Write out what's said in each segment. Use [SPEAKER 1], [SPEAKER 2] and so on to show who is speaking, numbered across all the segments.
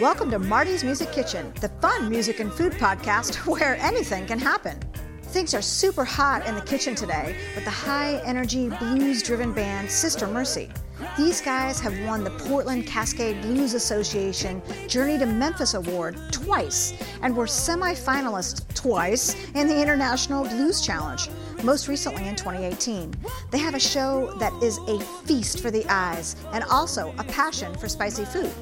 [SPEAKER 1] Welcome to Marty's Music Kitchen, the fun music and food podcast where anything can happen. Things are super hot in the kitchen today with the high energy blues driven band Sister Mercy. These guys have won the Portland Cascade Blues Association Journey to Memphis Award twice and were semifinalists twice in the International Blues Challenge, most recently in 2018. They have a show that is a feast for the eyes and also a passion for spicy food.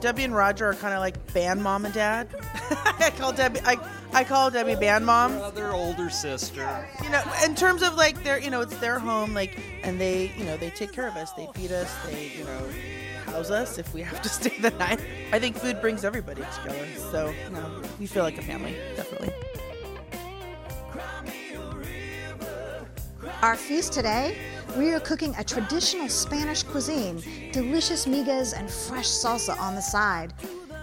[SPEAKER 2] Debbie and Roger are kind of like band mom and dad. I call Debbie I, I call Debbie band mom.
[SPEAKER 3] Another older sister.
[SPEAKER 2] You know, in terms of like their you know it's their home like and they you know they take care of us. They feed us. They you know house us if we have to stay the night. I think food brings everybody together. So you know we feel like a family definitely.
[SPEAKER 1] Our feast today, we are cooking a traditional Spanish cuisine, delicious migas and fresh salsa on the side.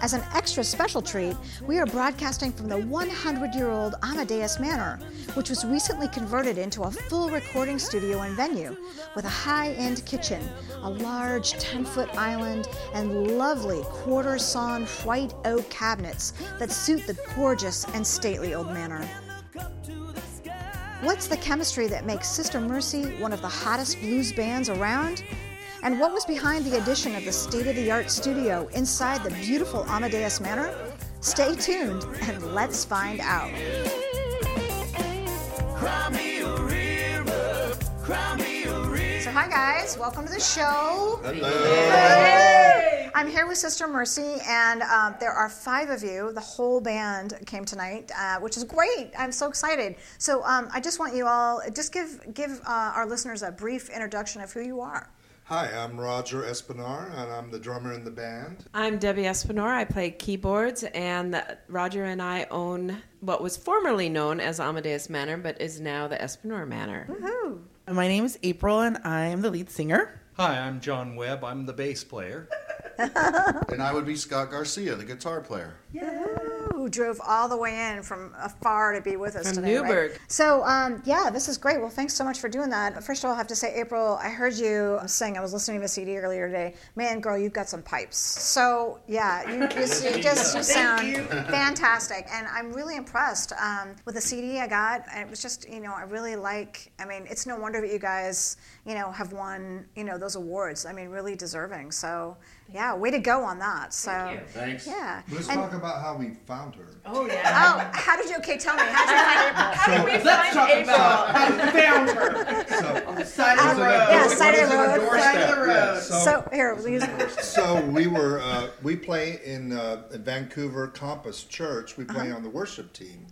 [SPEAKER 1] As an extra special treat, we are broadcasting from the 100 year old Amadeus Manor, which was recently converted into a full recording studio and venue with a high end kitchen, a large 10 foot island, and lovely quarter sawn white oak cabinets that suit the gorgeous and stately old manor. What's the chemistry that makes Sister Mercy one of the hottest blues bands around? And what was behind the addition of the state of the art studio inside the beautiful Amadeus Manor? Stay tuned and let's find out. So, hi guys, welcome to the show. I'm here with Sister Mercy, and um, there are five of you. The whole band came tonight, uh, which is great. I'm so excited. So um, I just want you all just give give uh, our listeners a brief introduction of who you are.
[SPEAKER 4] Hi, I'm Roger Espinar, and I'm the drummer in the band.
[SPEAKER 5] I'm Debbie Espinar. I play keyboards, and Roger and I own what was formerly known as Amadeus Manor, but is now the Espinar Manor.
[SPEAKER 2] My name is April and I'm the lead singer.
[SPEAKER 3] Hi, I'm John Webb. I'm the bass player.
[SPEAKER 4] And I would be Scott Garcia, the guitar player.
[SPEAKER 1] Who drove all the way in from afar to be with us
[SPEAKER 5] From
[SPEAKER 1] today? right?
[SPEAKER 5] Newburgh.
[SPEAKER 1] So um, yeah, this is great. Well, thanks so much for doing that. First of all, I have to say, April, I heard you sing. I was listening to a CD earlier today. Man, girl, you've got some pipes. So yeah, you just you, just, you sound fantastic, and I'm really impressed um, with the CD I got. And it was just you know I really like. I mean, it's no wonder that you guys you know have won you know those awards. I mean, really deserving. So yeah, way to go on that. So
[SPEAKER 6] Thanks.
[SPEAKER 1] yeah.
[SPEAKER 4] Let's
[SPEAKER 1] And-
[SPEAKER 4] talk about how we found her.
[SPEAKER 6] Oh yeah.
[SPEAKER 1] Oh, how did you? Okay, tell me. How did you find April?
[SPEAKER 6] How did we find April?
[SPEAKER 2] Side of the road.
[SPEAKER 1] Yeah, side of the
[SPEAKER 4] Our
[SPEAKER 1] road.
[SPEAKER 4] doorstep,
[SPEAKER 2] Side of the
[SPEAKER 4] yeah,
[SPEAKER 2] road.
[SPEAKER 1] So here, we'll use
[SPEAKER 4] so we were uh, we play in, uh, in Vancouver Compass Church. We
[SPEAKER 1] Uh-huh.
[SPEAKER 4] play on the worship team,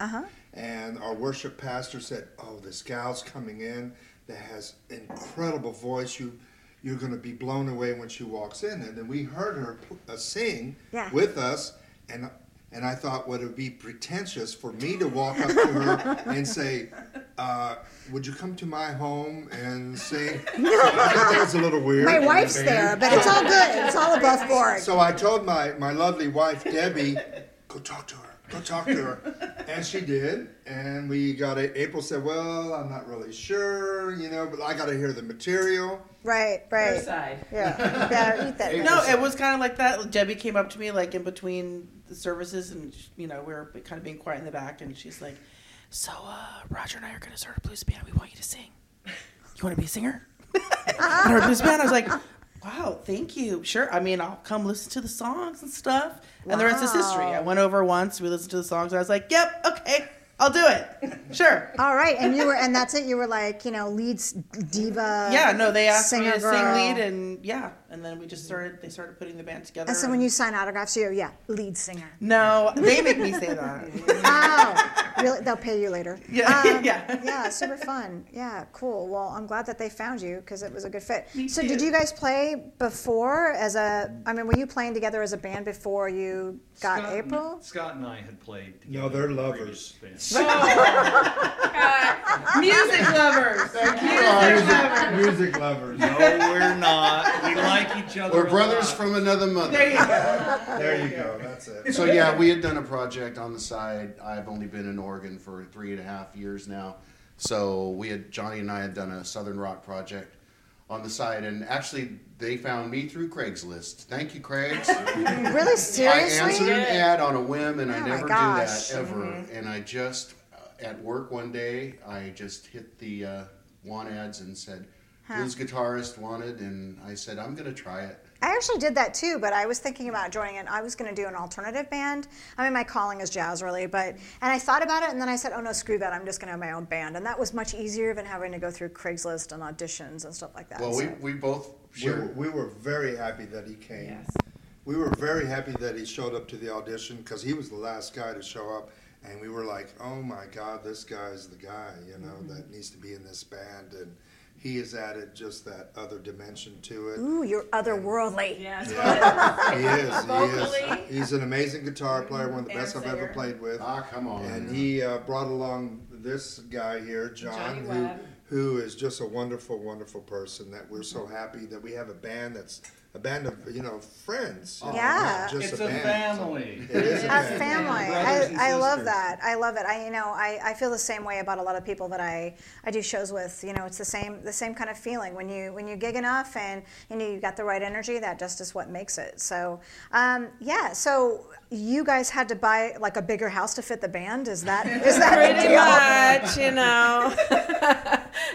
[SPEAKER 4] and our worship pastor said, "Oh, this gal's coming in that has incredible voice. You you're going to be blown away when she walks in." And then we heard her p- uh, sing
[SPEAKER 1] Yeah.
[SPEAKER 4] with us, and and I thought, would it be pretentious for me to walk up to her and say? Uh, would you come to my home and sing? I think that's a little weird.
[SPEAKER 1] my wife's there, but it's all good. It's all above board.
[SPEAKER 4] So I told my, my lovely wife, Debbie, go talk to her. Go talk to her. And she did. And we got it. April said, Well, I'm not really sure, you know, but I got to hear the material.
[SPEAKER 1] Right, right.
[SPEAKER 5] Side.
[SPEAKER 1] Yeah, yeah. Eat that.
[SPEAKER 2] No, it was kind of like that. Debbie came up to me like in between the services, and you know we were kind of being quiet in the back, and she's like, "So, uh, Roger and I are gonna start a blues band. We want you to sing. You want to be a singer?" and our blues band, I was like, "Wow, thank you. Sure. I mean, I'll come listen to the songs and stuff." And the rest is history. I went over once. We listened to the songs. And I was like, "Yep, okay, I'll do it. Sure."
[SPEAKER 1] All right, and you were, and that's it. You were like, you know, lead s- diva.
[SPEAKER 2] Yeah, no, they asked me
[SPEAKER 1] singer
[SPEAKER 2] to sing
[SPEAKER 1] girl.
[SPEAKER 2] lead, and yeah, and then we just started. They started putting the band together.
[SPEAKER 1] And so when you sign autographs, you're yeah, lead singer.
[SPEAKER 2] No, they make me say that.
[SPEAKER 1] Oh, really? They'll pay you later.
[SPEAKER 2] Yeah, yeah.
[SPEAKER 1] Yeah, super fun. Yeah, cool. Well, I'm glad that they found you because it was a good fit. so,
[SPEAKER 2] too.
[SPEAKER 1] did you guys play before as a? I mean, were you playing together as a band before you got
[SPEAKER 3] Scott and-
[SPEAKER 1] April?
[SPEAKER 3] Scott and I had played.
[SPEAKER 4] No, they're
[SPEAKER 3] together in a
[SPEAKER 4] lovers.
[SPEAKER 3] previous band.
[SPEAKER 1] Um,
[SPEAKER 5] Music lovers.
[SPEAKER 4] music, music lovers.
[SPEAKER 3] No, we're not. We like each other.
[SPEAKER 7] We're
[SPEAKER 3] a
[SPEAKER 7] brothers
[SPEAKER 3] lot.
[SPEAKER 7] from another mother.
[SPEAKER 2] There you go.
[SPEAKER 4] There you go. That's it.
[SPEAKER 7] So yeah, we had done a project on the side. I've only been in Oregon for three and a half years now. So we had Johnny and I had done a Southern Rock project on the side, and actually they found me through Craigslist. Thank you, Craigs.
[SPEAKER 1] Really
[SPEAKER 7] I answered
[SPEAKER 1] seriously?
[SPEAKER 7] an ad on a whim, and I
[SPEAKER 1] Oh my
[SPEAKER 7] never do
[SPEAKER 1] gosh. Mm-hmm.
[SPEAKER 7] that ever. And I just uh, at work one day, I just hit the uh, want ads and said, "Blues guitarist wanted," and I said, "I'm going to try it."
[SPEAKER 1] I actually did that too, but I was thinking about joining it. I was going to do an alternative band. I mean, my calling is jazz, really, but and I thought about it, and then I said, "Oh no, screw that! I'm just going to have my own band," and that was much easier than having to go through Craigslist and auditions and stuff like that.
[SPEAKER 7] Well, we
[SPEAKER 1] so-
[SPEAKER 7] we both
[SPEAKER 4] We were,
[SPEAKER 7] shared.
[SPEAKER 4] we were very happy that he came.
[SPEAKER 2] Yes.
[SPEAKER 4] We were very happy that he showed up to the audition because he was the last guy to show up, and we were like, "Oh my God, this guy's the guy, you know,
[SPEAKER 6] Mm-hmm.
[SPEAKER 4] that needs to be in this band." And he has added just that other dimension to it.
[SPEAKER 1] Ooh, you're otherworldly.
[SPEAKER 6] Yes.
[SPEAKER 4] He is. He is.
[SPEAKER 6] Vocally. Mm-hmm.
[SPEAKER 4] He's an amazing guitar player, one of the
[SPEAKER 6] And
[SPEAKER 4] best I've ever
[SPEAKER 6] singer.
[SPEAKER 4] played with.
[SPEAKER 7] Ah, come on.
[SPEAKER 4] And he uh, brought along this guy here, John,
[SPEAKER 6] Johnny
[SPEAKER 4] who,
[SPEAKER 6] Webb.
[SPEAKER 4] who is just a wonderful, wonderful person. That we're so
[SPEAKER 6] Mm-hmm.
[SPEAKER 4] happy that we have a band that's a band of you know friends. you know,
[SPEAKER 1] Yeah.
[SPEAKER 4] not just
[SPEAKER 3] It's
[SPEAKER 4] a,
[SPEAKER 3] a
[SPEAKER 4] band.
[SPEAKER 3] family.
[SPEAKER 4] It is a
[SPEAKER 1] a
[SPEAKER 4] family.
[SPEAKER 1] family.
[SPEAKER 3] Brothers and
[SPEAKER 1] I, I love
[SPEAKER 3] sisters.
[SPEAKER 1] that. I love it. I you know I, I feel the same way about a lot of people that I, I do shows with. You know, it's the same the same kind of feeling when you when you gig enough and you know you got the right energy. That just is what makes it. So um, yeah. So you guys had to buy like a bigger house to fit the band. Is that is that the deal?
[SPEAKER 5] Pretty much, you know.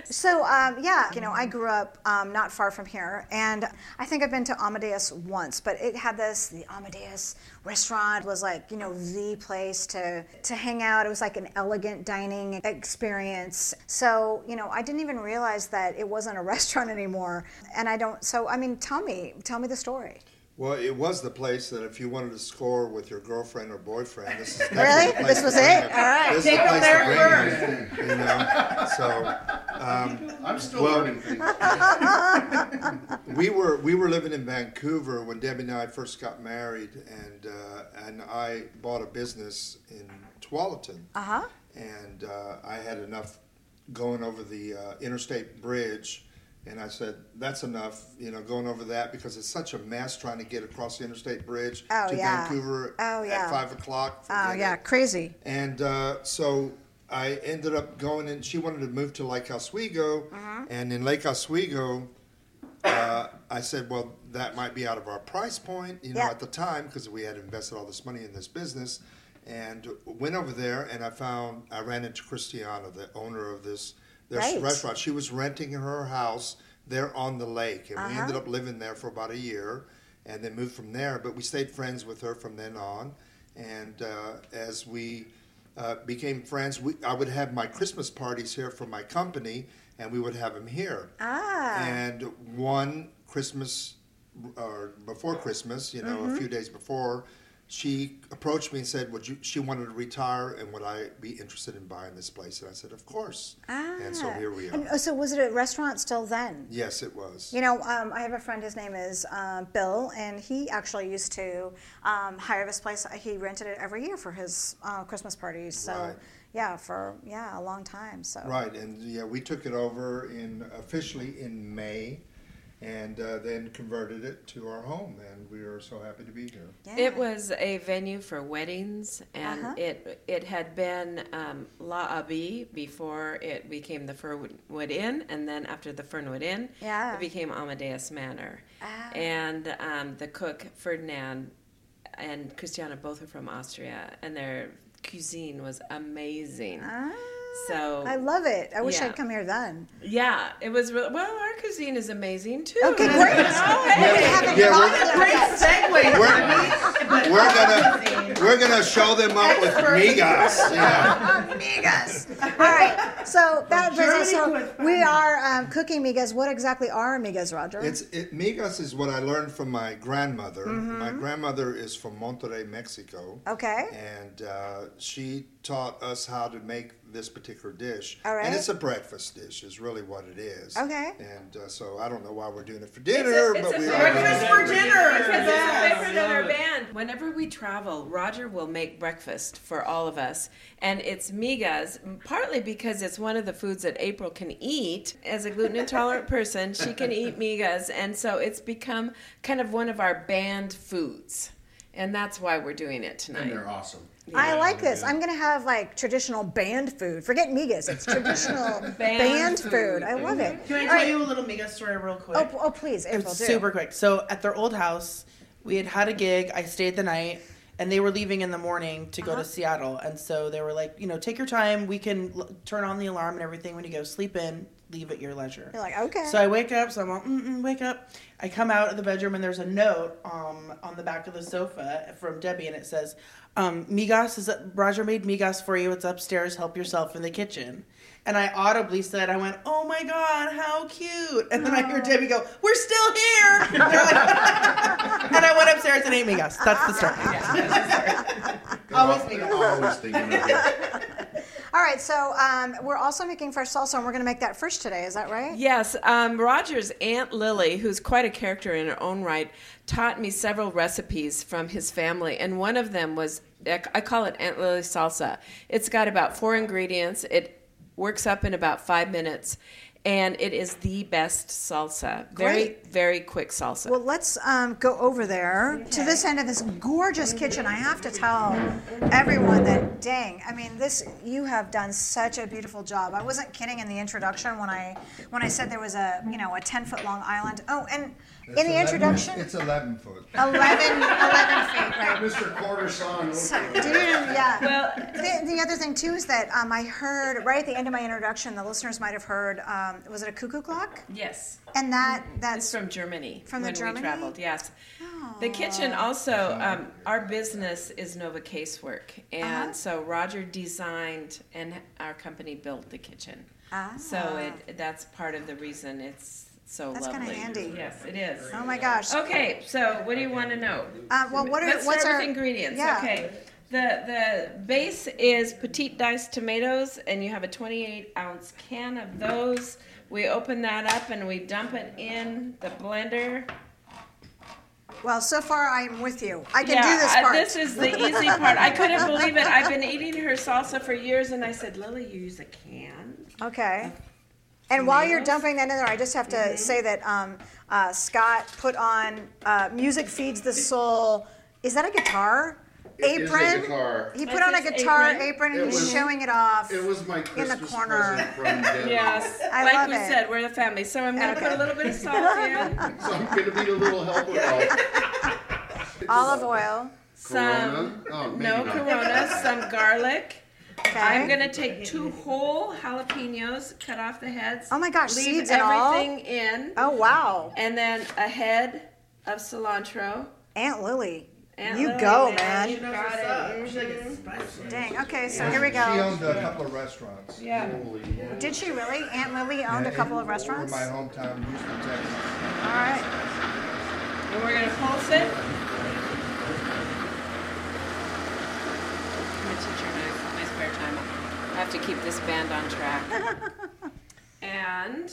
[SPEAKER 1] So um, yeah, you know, I grew up um, not far from here, and I think I've been to Amadeus once, but it had this the Amadeus restaurant was like you know the place to to hang out. It was like an elegant dining experience. So you know, I didn't even realize that it wasn't a restaurant anymore, and I don't. So I mean, tell me, tell me the story.
[SPEAKER 4] Well, it was the place that if you wanted to score with your girlfriend or boyfriend, this is definitely
[SPEAKER 1] Really?
[SPEAKER 4] the place
[SPEAKER 1] This
[SPEAKER 4] to
[SPEAKER 1] was
[SPEAKER 4] bring
[SPEAKER 1] it?
[SPEAKER 4] it.
[SPEAKER 1] All right.
[SPEAKER 4] This
[SPEAKER 6] Take
[SPEAKER 4] is the
[SPEAKER 6] them
[SPEAKER 4] place to
[SPEAKER 6] there
[SPEAKER 4] bring it, You know, so.
[SPEAKER 7] I'm still
[SPEAKER 4] Well-
[SPEAKER 7] learning things.
[SPEAKER 4] we were we were living in Vancouver when Debbie and I first got married, and uh, and I bought a business in Tualatin.
[SPEAKER 1] Uh-huh.
[SPEAKER 4] And uh, I had enough going over the uh, interstate bridge, and I said that's enough, you know, going over that because it's such a mess trying to get across the interstate bridge
[SPEAKER 1] Oh,
[SPEAKER 4] to
[SPEAKER 1] yeah.
[SPEAKER 4] Vancouver
[SPEAKER 1] Oh, yeah.
[SPEAKER 4] at five o'clock.
[SPEAKER 1] Oh
[SPEAKER 4] Forget
[SPEAKER 1] yeah,
[SPEAKER 4] it.
[SPEAKER 1] crazy.
[SPEAKER 4] And uh, so I ended up going in. She wanted to move to Lake Oswego, and in Lake Oswego, uh, I said, "Well, that might be out of our price point, you know,
[SPEAKER 1] Yeah.
[SPEAKER 4] at the time, because we had invested all this money in this business." And went over there, and I found I ran into Christiana, the owner of this this
[SPEAKER 1] Right.
[SPEAKER 4] restaurant. She was renting her house there on the lake, and we
[SPEAKER 1] Uh-huh.
[SPEAKER 4] ended up living there for about a year, and then moved from there. But we stayed friends with her from then on, and uh, as we uh, became friends, we, I would have my Christmas parties here for my company, and we would have them here.
[SPEAKER 1] Ah.
[SPEAKER 4] And one Christmas, or before Christmas, you know,
[SPEAKER 1] Mm-hmm.
[SPEAKER 4] a few days before, she approached me and said, "Would you?" She wanted to retire, and would I be interested in buying this place? And I said, "Of course." And so
[SPEAKER 1] Ah.
[SPEAKER 4] here we are.
[SPEAKER 1] And, oh, so was it a restaurant still then?
[SPEAKER 4] yes, it was.
[SPEAKER 1] You know, um, I have a friend. His name is uh, Bill, and he actually used to um, hire this place. He rented it every year for his uh, Christmas parties. So,
[SPEAKER 4] Right.
[SPEAKER 1] yeah, for yeah, a long time. So,
[SPEAKER 4] Right, and yeah, we took it over in officially in May, and uh, then converted it to our home, and we are so happy to be here.
[SPEAKER 1] yeah.
[SPEAKER 5] It was a venue for weddings, and
[SPEAKER 1] Uh-huh.
[SPEAKER 5] it it had been um, La Abbey before it became the Fernwood Inn, and then after the Fernwood Inn,
[SPEAKER 1] Yeah. Ah.
[SPEAKER 5] it became Amadeus Manor. And um, the cook Ferdinand and Christiana both are from Austria, and their cuisine was amazing.
[SPEAKER 1] Ah,
[SPEAKER 5] so
[SPEAKER 1] I love it. I wish
[SPEAKER 5] Yeah.
[SPEAKER 1] I'd come here then.
[SPEAKER 5] yeah, it was real. Well, our cuisine is amazing too.
[SPEAKER 1] Okay, great.
[SPEAKER 5] Oh, hey.
[SPEAKER 1] We haven't
[SPEAKER 4] Yeah,
[SPEAKER 1] gone
[SPEAKER 4] we're-
[SPEAKER 1] there
[SPEAKER 2] Great
[SPEAKER 1] yet.
[SPEAKER 2] segue.
[SPEAKER 4] We're, we're gonna we're gonna show them up with migas. Yeah.
[SPEAKER 1] Migas. All right. So that brings us.
[SPEAKER 2] Germany
[SPEAKER 1] So we are um, cooking migas. What exactly are migas, Roger?
[SPEAKER 4] It's it, migas is what I learned from my grandmother. My grandmother is from Monterrey, Mexico.
[SPEAKER 1] Mm-hmm. okay.
[SPEAKER 4] And uh, she taught us how to make this particular dish.
[SPEAKER 1] All right.
[SPEAKER 4] And it's a breakfast dish, is really what it is.
[SPEAKER 1] Okay.
[SPEAKER 4] And uh, so I don't know why we're doing it for dinner,
[SPEAKER 5] it's
[SPEAKER 4] but
[SPEAKER 5] a
[SPEAKER 4] we are.
[SPEAKER 2] Breakfast for
[SPEAKER 5] Because
[SPEAKER 2] dinner.
[SPEAKER 5] it's a favorite of our band. Whenever we travel, Roger will make breakfast for all of us, and it's migas. Partly because it's one of the foods that April can eat. As a gluten intolerant person, she can eat migas, and so it's become kind of one of our band foods, and that's why we're doing it
[SPEAKER 7] And
[SPEAKER 5] tonight.
[SPEAKER 7] they're awesome.
[SPEAKER 1] I like this. I'm gonna have like traditional band food. Forget migas. It's traditional band, food.
[SPEAKER 5] food.
[SPEAKER 1] I love it.
[SPEAKER 2] Can I
[SPEAKER 1] All
[SPEAKER 2] tell
[SPEAKER 1] right.
[SPEAKER 2] you a little mega story real quick?
[SPEAKER 1] Oh, oh, please, April.
[SPEAKER 2] It's
[SPEAKER 1] do.
[SPEAKER 2] super quick. So at their old house, we had had a gig. I stayed the night, and they were leaving in the morning to go
[SPEAKER 1] Uh-huh.
[SPEAKER 2] to Seattle. And so they were like, you know, take your time. We can l- turn on the alarm and everything when you go sleep in. Leave at your leisure.
[SPEAKER 1] You're like, okay.
[SPEAKER 2] So I wake up. So I'm all, Mm-mm, wake up. I come out of the bedroom and there's a note um, on the back of the sofa from Debbie, and it says, um, "Migas is Roger made migas for you. It's upstairs. Help yourself in the kitchen." And I audibly said, "I went, oh my god, how cute!" And then I hear Debbie go, "We're still here." And, they're like- and I went upstairs and ate migas. That's the story. Always me.
[SPEAKER 7] Always thinking of it.
[SPEAKER 1] All right, so um, we're also making fresh salsa, and we're gonna make that first today. Is that right?
[SPEAKER 5] Yes, um, Roger's Aunt Lily, who's quite a character in her own right, taught me several recipes from his family, and one of them was I call it Aunt Lily salsa. It's got about four ingredients. It works up in about five minutes, and it is the best salsa. Very,
[SPEAKER 1] Great.
[SPEAKER 5] very quick salsa.
[SPEAKER 1] Well, let's um, go over there to this end of this gorgeous kitchen. I have to tell everyone that, dang, I mean, this you have done such a beautiful job. I wasn't kidding in the introduction when I when I said there was a you know a ten foot long island. Oh, and
[SPEAKER 4] It's
[SPEAKER 1] in the
[SPEAKER 4] 11
[SPEAKER 1] introduction, Oh,
[SPEAKER 4] It's 11 foot.
[SPEAKER 1] 11, 11 feet, right?
[SPEAKER 7] Mr. Quarter Song.
[SPEAKER 1] So, dude, yeah.
[SPEAKER 5] Well-
[SPEAKER 1] the, the other thing too is that um, I heard right at the end of my introduction, the listeners might have heard, um, was it a cuckoo clock?
[SPEAKER 5] yes.
[SPEAKER 1] And that
[SPEAKER 5] It's
[SPEAKER 1] that's
[SPEAKER 5] from Germany.
[SPEAKER 1] From the
[SPEAKER 5] when
[SPEAKER 1] Germany?
[SPEAKER 5] we traveled, yes. The kitchen also, um, our business is Nova Casework,
[SPEAKER 1] Uh-huh.
[SPEAKER 5] and so Roger designed and our company built the kitchen. So it that's part of the reason it's so
[SPEAKER 1] Ah. That's kinda
[SPEAKER 5] lovely.
[SPEAKER 1] handy.
[SPEAKER 5] Yes, it is.
[SPEAKER 1] oh my gosh.
[SPEAKER 5] Okay, so what do you want to know?
[SPEAKER 1] Uh, well, what are
[SPEAKER 5] Let's
[SPEAKER 1] what's
[SPEAKER 5] start
[SPEAKER 1] our
[SPEAKER 5] with ingredients.
[SPEAKER 1] Yeah.
[SPEAKER 5] Okay. The the base is petite diced tomatoes, and you have a 28 ounce can of those. We open that up and we dump it in the blender.
[SPEAKER 1] Well, so far I am with you. I can do this
[SPEAKER 5] uh,
[SPEAKER 1] part.
[SPEAKER 5] this is the easy part. I couldn't believe it. I've been eating her salsa for years, and I said, Lily, you use a can.
[SPEAKER 1] okay. And while you're
[SPEAKER 5] tomatoes.
[SPEAKER 1] dumping that in there, I just have to
[SPEAKER 5] Mm-hmm.
[SPEAKER 1] say that um, uh, Scott put on uh, "Music Feeds the Soul." Is that a guitar?
[SPEAKER 7] It is a
[SPEAKER 1] apron.
[SPEAKER 7] guitar.
[SPEAKER 1] He put
[SPEAKER 5] That's
[SPEAKER 1] on a
[SPEAKER 5] his
[SPEAKER 1] guitar
[SPEAKER 5] apron.
[SPEAKER 1] apron, and
[SPEAKER 7] It
[SPEAKER 1] he's
[SPEAKER 7] was-
[SPEAKER 1] showing it off.
[SPEAKER 7] It was my
[SPEAKER 1] in the
[SPEAKER 7] Christmas
[SPEAKER 1] corner.
[SPEAKER 7] present from Debbie.
[SPEAKER 5] Yes.
[SPEAKER 1] I
[SPEAKER 5] like
[SPEAKER 1] love
[SPEAKER 5] we
[SPEAKER 1] it.
[SPEAKER 5] said, we're the family. So I'm going to put a little bit of salt in,
[SPEAKER 7] So I'm going to be a little helper Oh, out.
[SPEAKER 1] Olive oil.
[SPEAKER 5] some,
[SPEAKER 7] Corona? Oh, maybe
[SPEAKER 5] Um, no
[SPEAKER 7] not.
[SPEAKER 5] corona, some garlic.
[SPEAKER 1] Okay.
[SPEAKER 5] I'm gonna take two whole jalapenos, cut off the heads.
[SPEAKER 1] Oh my gosh,
[SPEAKER 5] leave
[SPEAKER 1] seeds and all?
[SPEAKER 5] everything in,
[SPEAKER 1] Oh wow,
[SPEAKER 5] and then a head of cilantro.
[SPEAKER 1] Aunt Lily.
[SPEAKER 5] Aunt
[SPEAKER 1] you
[SPEAKER 5] Lily,
[SPEAKER 1] go,
[SPEAKER 5] You
[SPEAKER 1] man.
[SPEAKER 5] got it.
[SPEAKER 1] Dang. Okay, so here we
[SPEAKER 4] She
[SPEAKER 1] go.
[SPEAKER 4] owned a couple of restaurants.
[SPEAKER 5] Yeah.
[SPEAKER 1] Did she really? Aunt Lily owned a
[SPEAKER 4] Yeah,
[SPEAKER 1] couple
[SPEAKER 4] in-
[SPEAKER 1] of restaurants.
[SPEAKER 4] Over my
[SPEAKER 1] All
[SPEAKER 4] hometown, Houston, Texas.
[SPEAKER 1] right.
[SPEAKER 5] And we're gonna pulse it. I'm a teacher and I- my spare time. I have to keep this band on track. and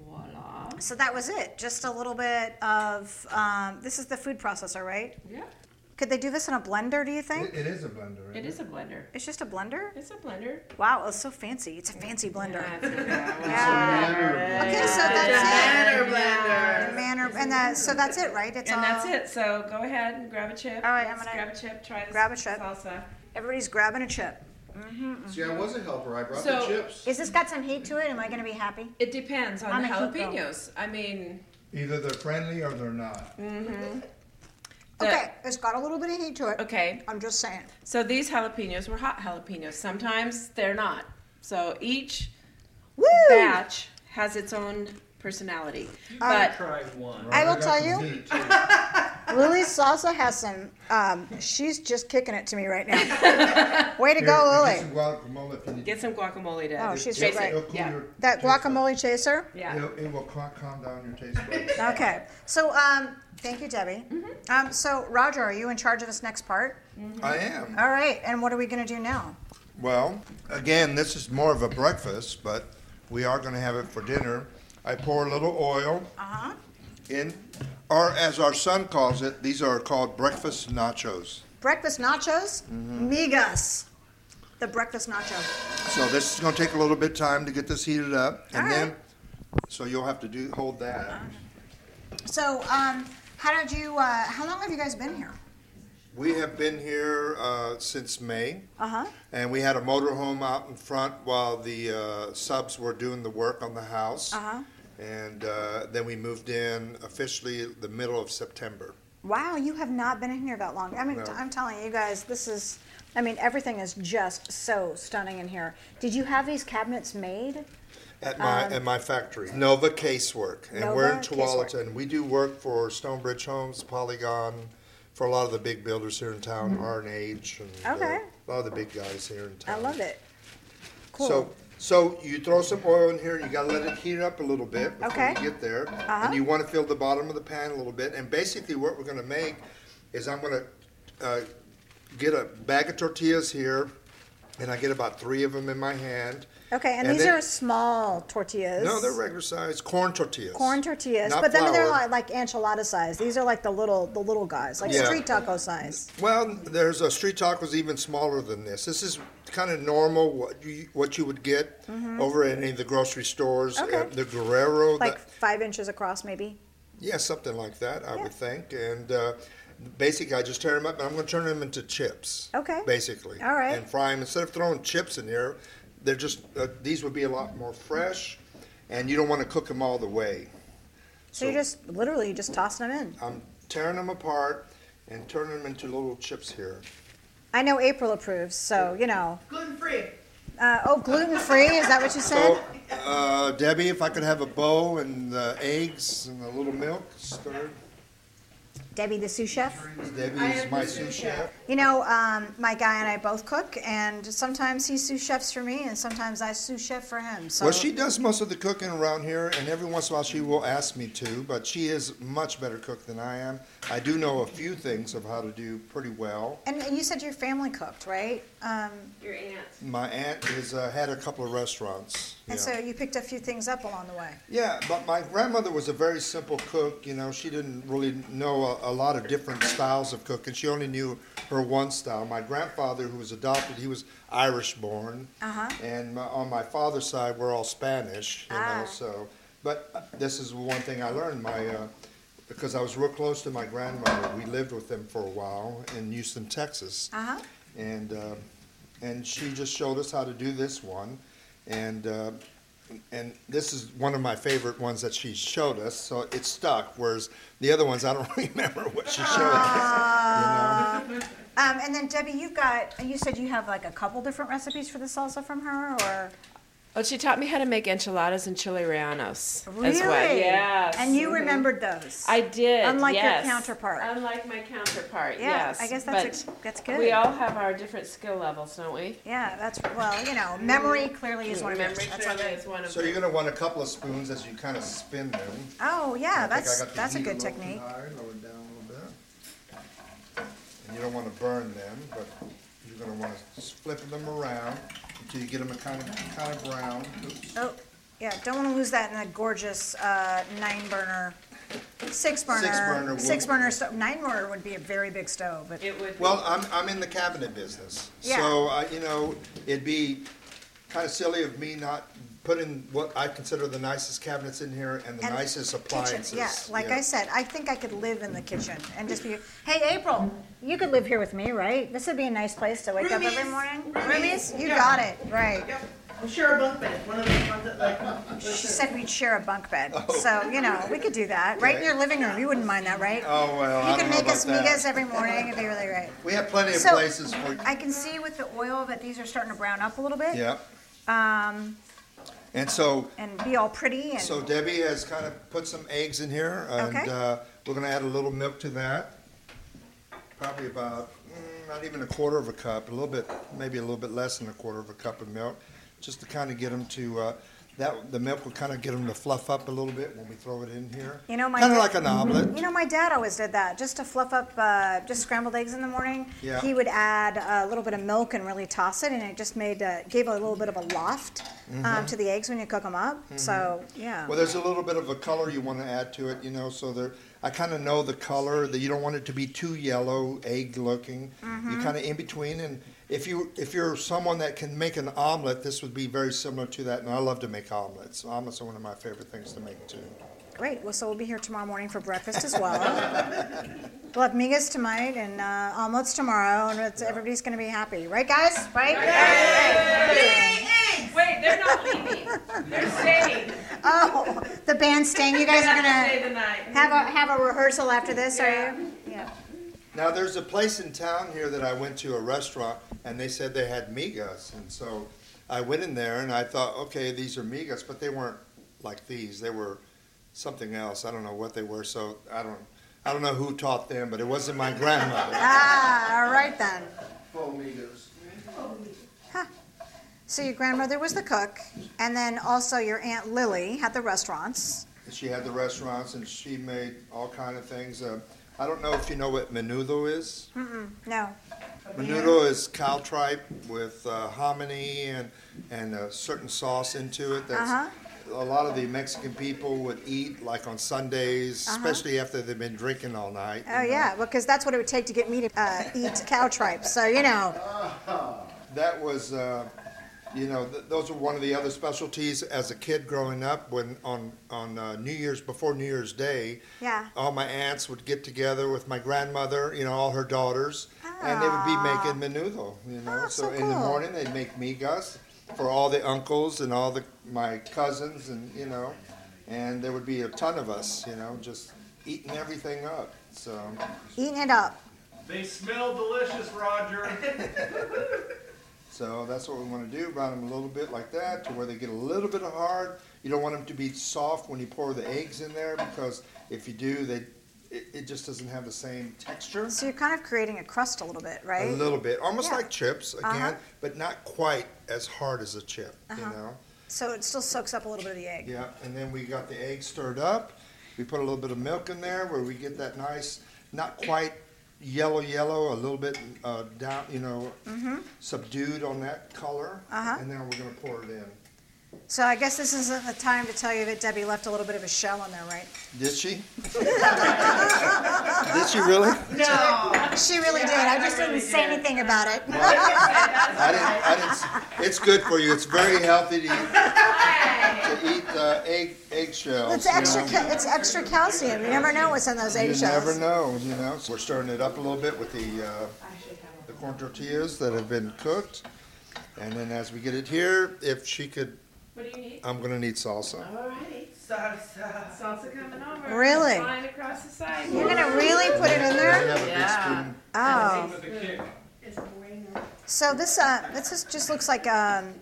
[SPEAKER 5] voila.
[SPEAKER 1] So that was it. Just a little bit of um, this is the food processor, right?
[SPEAKER 5] Yeah,
[SPEAKER 1] Could they do this in a blender? Do you think?
[SPEAKER 4] It, it is a blender.
[SPEAKER 5] it is a blender.
[SPEAKER 1] It's just a blender.
[SPEAKER 5] It's a blender.
[SPEAKER 1] Wow, it's so fancy. It's a fancy blender.
[SPEAKER 5] That's it, yeah.
[SPEAKER 1] Okay, so that's it.
[SPEAKER 2] blender.
[SPEAKER 1] The manner and that. So that's it, right? It's
[SPEAKER 5] And
[SPEAKER 1] all,
[SPEAKER 5] that's it. So go ahead and grab a chip.
[SPEAKER 1] Um, All right, I'm
[SPEAKER 5] Let's
[SPEAKER 1] gonna
[SPEAKER 5] grab a chip. Try this
[SPEAKER 1] grab a chip.
[SPEAKER 5] salsa.
[SPEAKER 1] Everybody's grabbing a chip.
[SPEAKER 7] See, I was a helper. I brought
[SPEAKER 5] So-
[SPEAKER 7] the chips.
[SPEAKER 1] Is this got some heat to it? Am I going to be happy?
[SPEAKER 5] It depends on
[SPEAKER 1] I'm
[SPEAKER 5] the
[SPEAKER 1] a keep going.
[SPEAKER 5] jalapenos. I mean,
[SPEAKER 4] Either they're friendly or they're not.
[SPEAKER 5] The-
[SPEAKER 1] okay, it's got a little bit of heat to it.
[SPEAKER 5] okay.
[SPEAKER 1] I'm just saying.
[SPEAKER 5] So these jalapenos were hot jalapenos. Sometimes they're not. So each
[SPEAKER 1] Woo!
[SPEAKER 5] batch has its own personality. But
[SPEAKER 3] Try one.
[SPEAKER 1] I will
[SPEAKER 4] got
[SPEAKER 1] tell
[SPEAKER 4] some
[SPEAKER 1] you-
[SPEAKER 4] heat, too.
[SPEAKER 1] Lily Salsa has some. Um, she's just kicking it to me right now. Way to
[SPEAKER 4] Here,
[SPEAKER 1] go,
[SPEAKER 4] you
[SPEAKER 1] Lily!
[SPEAKER 4] Get some guacamole if you need.
[SPEAKER 5] get some guacamole to
[SPEAKER 1] Oh, she's so
[SPEAKER 5] chase
[SPEAKER 1] great.
[SPEAKER 5] it.
[SPEAKER 4] It'll cool
[SPEAKER 5] Yeah.
[SPEAKER 4] your
[SPEAKER 1] That
[SPEAKER 4] taste buds.
[SPEAKER 1] guacamole chaser.
[SPEAKER 5] Yeah.
[SPEAKER 4] It'll- It will cal- calm down your taste buds.
[SPEAKER 1] Okay. So, um, thank you, Debbie. Um, so, Roger, are you in charge of this next part?
[SPEAKER 4] I am.
[SPEAKER 1] All right. And what are we going to do now?
[SPEAKER 4] Well, again, this is more of a breakfast, but we are going to have it for dinner. I pour a little oil
[SPEAKER 1] Uh-huh.
[SPEAKER 4] in, or as our son calls it, these are called breakfast nachos.
[SPEAKER 1] Breakfast nachos, migas. The breakfast nacho.
[SPEAKER 4] So this is going to take a little bit of time to get this heated up, and
[SPEAKER 1] All right.
[SPEAKER 4] then so you'll have to do hold that.
[SPEAKER 1] So, um, how did you? Uh, how long have you guys been here?
[SPEAKER 4] We have been here uh, since May,
[SPEAKER 1] Uh huh.
[SPEAKER 4] and we had a motorhome out in front while the uh, subs were doing the work on the house.
[SPEAKER 1] Uh-huh.
[SPEAKER 4] And uh, then we moved in officially the middle of September.
[SPEAKER 1] Wow, you have not been in here that long. I mean,
[SPEAKER 4] No.
[SPEAKER 1] I'm telling you guys, this is. I mean, everything is just so stunning in here. Did you have these cabinets made?
[SPEAKER 4] At my at my factory, Nova Casework, and we're in
[SPEAKER 1] Um, Nova
[SPEAKER 4] Tualatin.
[SPEAKER 1] Casework.
[SPEAKER 4] and We do work for Stonebridge Homes, Polygon, for a lot of the big builders here in town, R and H, and uh,
[SPEAKER 1] Mm-hmm. Okay.
[SPEAKER 4] a lot of the big guys here in
[SPEAKER 1] I
[SPEAKER 4] town.
[SPEAKER 1] love it. Cool.
[SPEAKER 4] So, so you throw some oil in here, you gotta let it heat up a little bit before
[SPEAKER 1] Okay. Uh-huh.
[SPEAKER 4] you get there. And you wanna fill the bottom of the pan a little bit, and basically what we're gonna make is I'm gonna, uh, get a bag of tortillas here, and I get about three of them in my hand.
[SPEAKER 1] okay, and,
[SPEAKER 4] and
[SPEAKER 1] these
[SPEAKER 4] then-
[SPEAKER 1] are small tortillas.
[SPEAKER 4] No, they're regular size corn tortillas.
[SPEAKER 1] corn tortillas,
[SPEAKER 4] Not
[SPEAKER 1] but then they're
[SPEAKER 4] flour.
[SPEAKER 1] like, like enchilada size. These are like the little the little guys, like
[SPEAKER 4] Yeah.
[SPEAKER 1] street taco size.
[SPEAKER 4] Well, there's a street tacos even smaller than this. This is kind of normal what you what you would get over at any of the grocery stores.
[SPEAKER 1] Mm-hmm. Okay.
[SPEAKER 4] Uh, the Guerrero,
[SPEAKER 1] Like
[SPEAKER 4] the,
[SPEAKER 1] five inches across, maybe.
[SPEAKER 4] yeah, something like that, I
[SPEAKER 1] Yeah.
[SPEAKER 4] would think. And uh, basically, I just tear them up and I'm going to turn them into chips.
[SPEAKER 1] Okay.
[SPEAKER 4] Basically.
[SPEAKER 1] All right.
[SPEAKER 4] And fry them instead of throwing chips in here. They're just uh, these would be a lot more fresh, and you don't want to cook them all the way.
[SPEAKER 1] So, you're just literally just tossing them in.
[SPEAKER 4] I'm tearing them apart and turning them into little chips here.
[SPEAKER 1] I know April approves, so you know.
[SPEAKER 2] Gluten free.
[SPEAKER 1] Uh, oh, gluten free? Is that what you said?
[SPEAKER 4] So, uh, Debbie, if I could have a bowl and the eggs and a little milk stirred.
[SPEAKER 1] Debbie, the sous chef.
[SPEAKER 4] Debbie is my sous chef.
[SPEAKER 1] You know, um, my guy and I both cook, and sometimes he sous chefs for me, and sometimes I sous chef for him. So
[SPEAKER 4] Well, she does most of the cooking around here, and every once in a while she will ask me to, but she is much better cook than I am. I do know a few things of how to do pretty well.
[SPEAKER 1] And and you said your family cooked, right? Um,
[SPEAKER 5] Your aunt.
[SPEAKER 4] My aunt has uh, had a couple of restaurants.
[SPEAKER 1] and
[SPEAKER 4] yeah.
[SPEAKER 1] so you picked a few things up along the way.
[SPEAKER 4] Yeah, but my grandmother was a very simple cook. You know, she didn't really know a, a lot of different styles of cooking. She only knew her one style. My grandfather, who was adopted, he was Irish born,
[SPEAKER 1] Uh-huh.
[SPEAKER 4] and my, on my father's side, we're all Spanish. You
[SPEAKER 1] Ah.
[SPEAKER 4] know, so but uh, this is one thing I learned. My uh, because I was real close to my grandmother. We lived with them for a while in Houston, Texas,
[SPEAKER 1] Uh huh.
[SPEAKER 4] and uh, and she just showed us how to do this one, and uh, and this is one of my favorite ones that she showed us. So it stuck. Whereas the other ones, I don't remember what she showed
[SPEAKER 1] Ah.
[SPEAKER 4] us.
[SPEAKER 1] Um, and then Debbie, you've got. You said you have like a couple different recipes for the salsa from her, or
[SPEAKER 5] Well, Oh, she taught me how to make enchiladas and chile rellenos
[SPEAKER 1] really?
[SPEAKER 5] as well. Yes.
[SPEAKER 1] And you
[SPEAKER 5] Mhm.
[SPEAKER 1] remembered those.
[SPEAKER 5] I did.
[SPEAKER 1] Unlike your
[SPEAKER 5] yes.
[SPEAKER 1] counterpart.
[SPEAKER 5] Unlike my counterpart.
[SPEAKER 1] Yeah,
[SPEAKER 5] yes.
[SPEAKER 1] I guess that's
[SPEAKER 5] but
[SPEAKER 1] a- that's good.
[SPEAKER 5] We all have our different skill levels, don't we?
[SPEAKER 1] Yeah, that's well, you know, memory clearly is one of
[SPEAKER 5] Memory
[SPEAKER 1] yours. That's
[SPEAKER 5] clearly
[SPEAKER 1] okay.
[SPEAKER 5] is one
[SPEAKER 4] You know.
[SPEAKER 5] of
[SPEAKER 4] So you're gonna want a couple of spoons as you kind of spin them.
[SPEAKER 1] Oh yeah,
[SPEAKER 4] I think I
[SPEAKER 1] that's
[SPEAKER 4] got the
[SPEAKER 1] that's a
[SPEAKER 4] heat
[SPEAKER 1] good
[SPEAKER 4] little too
[SPEAKER 1] technique.
[SPEAKER 4] high, lower it down a little bit. And you don't want to burn them, but you're gonna want to flip them around until you get them a kind of kind of brown. Oops.
[SPEAKER 1] Oh, yeah, don't want to lose that in that gorgeous uh, nine burner, six burner,
[SPEAKER 4] burner wood.
[SPEAKER 1] six burner stove. Nine burner would be a very big stove, but
[SPEAKER 5] It would.
[SPEAKER 4] Well, I'm, I'm in the cabinet business.
[SPEAKER 1] Yeah.
[SPEAKER 4] So, uh, you know, it'd be kind of silly of me not putting what I consider the nicest cabinets in here and the
[SPEAKER 1] And
[SPEAKER 4] nicest
[SPEAKER 1] kitchen,
[SPEAKER 4] appliances.
[SPEAKER 1] yeah. Like I said, I think I could live in the kitchen and just be. Hey, April, you could live here with me, right? This would be a nice place to wake up every
[SPEAKER 2] Roomies.
[SPEAKER 1] morning.
[SPEAKER 2] Roomies.
[SPEAKER 1] you
[SPEAKER 2] Yeah.
[SPEAKER 1] got it right.
[SPEAKER 2] Yep. We'll share a bunk bed. One of those ones that like.
[SPEAKER 1] She said we'd share a bunk bed,
[SPEAKER 4] Oh.
[SPEAKER 1] so you know we could do that right in your living room. You wouldn't mind that, right?
[SPEAKER 4] Oh, well, I
[SPEAKER 1] You could
[SPEAKER 4] don't know
[SPEAKER 1] make
[SPEAKER 4] about
[SPEAKER 1] us
[SPEAKER 4] that.
[SPEAKER 1] migas every morning. It'd be really great.
[SPEAKER 4] We have plenty of
[SPEAKER 1] So,
[SPEAKER 4] places for,
[SPEAKER 1] I can see with the oil that these are starting to brown up a little bit. um,
[SPEAKER 4] yeah. Um. And so,
[SPEAKER 1] And be all pretty and.
[SPEAKER 4] so Debbie has kind of put some eggs in here
[SPEAKER 1] Okay.
[SPEAKER 4] and, uh, we're gonna add a little milk to that. Probably about, mm, not even a quarter of a cup, a little bit, maybe a little bit less than a quarter of a cup of milk, just to kind of get them to, uh, that, the milk will kind of get them to fluff up a little bit when we throw it in here.
[SPEAKER 1] You know, my-
[SPEAKER 4] Kind of like an omelet.
[SPEAKER 1] you know, my dad always did that, just to fluff up, uh, just scrambled eggs in the morning.
[SPEAKER 4] Yeah.
[SPEAKER 1] He would add a little bit of milk and really toss it, and it just made uh, gave a little bit of a loft um, to the eggs when you cook them up. So yeah.
[SPEAKER 4] Mm-hmm. Well, there's a little bit of a color you want to add to it, you know, so there, I kind of know the color, that you don't want it to be too yellow, egg looking. You're kind of in between, and if you, if you're someone that can make an omelet, this would be very similar to that, and I love to make omelets. Omelets are one of my favorite things to make too.
[SPEAKER 1] Great. Well, so we'll be here tomorrow morning for breakfast as well. we'll have migas tonight and uh, omelets tomorrow, and it's, everybody's going to be happy, right, guys? Right?
[SPEAKER 5] Wait, they're not leaving. They're staying.
[SPEAKER 1] Oh, the band's staying. You guys are going
[SPEAKER 5] Stay the
[SPEAKER 1] to
[SPEAKER 5] night.
[SPEAKER 1] have a have a rehearsal after this, are you? Yeah.
[SPEAKER 4] Now, there's a place in town here that I went to, a restaurant, and they said they had migas. And so I went in there and I thought, okay, these are migas, but they weren't like these. They were something else. I don't know what they were, so I don't, I don't know who taught them, but it wasn't my grandmother.
[SPEAKER 1] Ah, all right then.
[SPEAKER 7] Full amigos.
[SPEAKER 1] So your grandmother was the cook, and then also your aunt Lily had the restaurants.
[SPEAKER 4] She had the restaurants and she made all kind of things. Uh, I don't know if you know what menudo is.
[SPEAKER 1] No.
[SPEAKER 4] Menudo is cowtripe with uh, hominy and, and a certain sauce into it that's
[SPEAKER 1] Uh-huh.
[SPEAKER 4] a lot of the Mexican people would eat like on Sundays, especially after they've been drinking all night.
[SPEAKER 1] Oh
[SPEAKER 4] you know.
[SPEAKER 1] yeah, because that's what it would take to get me to uh, eat cow tripe. So you know.
[SPEAKER 4] That was, uh, you know, th- those were one of the other specialties as a kid growing up when on, on uh, New Year's, before New Year's Day,
[SPEAKER 1] Yeah.
[SPEAKER 4] all my aunts would get together with my grandmother, you know, all her daughters, and they would be making menudo, you know.
[SPEAKER 1] Ah, so
[SPEAKER 4] in the
[SPEAKER 1] cool.
[SPEAKER 4] morning they'd make migas for all the uncles and all the my cousins and you know, and there would be a ton of us, you know, just eating everything up. So
[SPEAKER 1] Eating it up.
[SPEAKER 3] They smell delicious, Roger.
[SPEAKER 4] so that's what we want to do, round them a little bit like that to where they get a little bit hard. You don't want them to be soft when you pour the eggs in there because if you do, they it, it just doesn't have the same texture.
[SPEAKER 1] So you're kind of creating a crust a little bit, right?
[SPEAKER 4] A little bit, almost
[SPEAKER 1] Yeah.
[SPEAKER 4] like chips again,
[SPEAKER 1] Uh-huh.
[SPEAKER 4] but not quite as hard as a chip. You know.
[SPEAKER 1] So it still soaks up a little bit of the egg.
[SPEAKER 4] Yeah, and then we got the egg stirred up. We put a little bit of milk in there where we get that nice, not quite yellow, yellow, a little bit uh, down, you know, subdued on that color.
[SPEAKER 1] Mm-hmm. Uh-huh.
[SPEAKER 4] And now we're gonna pour it in.
[SPEAKER 1] So I guess this isn't the time to tell you that Debbie left a little bit of a shell on there, right?
[SPEAKER 4] Did she? Did she really?
[SPEAKER 1] She really did. I just didn't say anything about it.
[SPEAKER 4] I didn't, I didn't, s- it's good for you. It's very healthy to eat, to eat uh, egg, eggshells.
[SPEAKER 1] It's
[SPEAKER 4] you
[SPEAKER 1] extra.
[SPEAKER 4] know.
[SPEAKER 1] ca- It's extra calcium. You never know what's in those
[SPEAKER 4] You
[SPEAKER 1] eggshells.
[SPEAKER 4] never know, you know. So we're stirring it up a little bit with the uh, the corn tortillas that have been cooked, and then as we get it here, if she could,
[SPEAKER 5] What do you need?
[SPEAKER 4] I'm gonna need salsa.
[SPEAKER 5] All right.
[SPEAKER 2] Salsa.
[SPEAKER 5] Salsa coming over.
[SPEAKER 1] Really?
[SPEAKER 5] Flying across the side.
[SPEAKER 1] You're gonna really put it in
[SPEAKER 4] I
[SPEAKER 1] there?
[SPEAKER 4] have a big
[SPEAKER 5] Yeah.
[SPEAKER 4] spoon.
[SPEAKER 1] Oh.
[SPEAKER 3] With a kick.
[SPEAKER 1] So this uh, this is, just looks like um,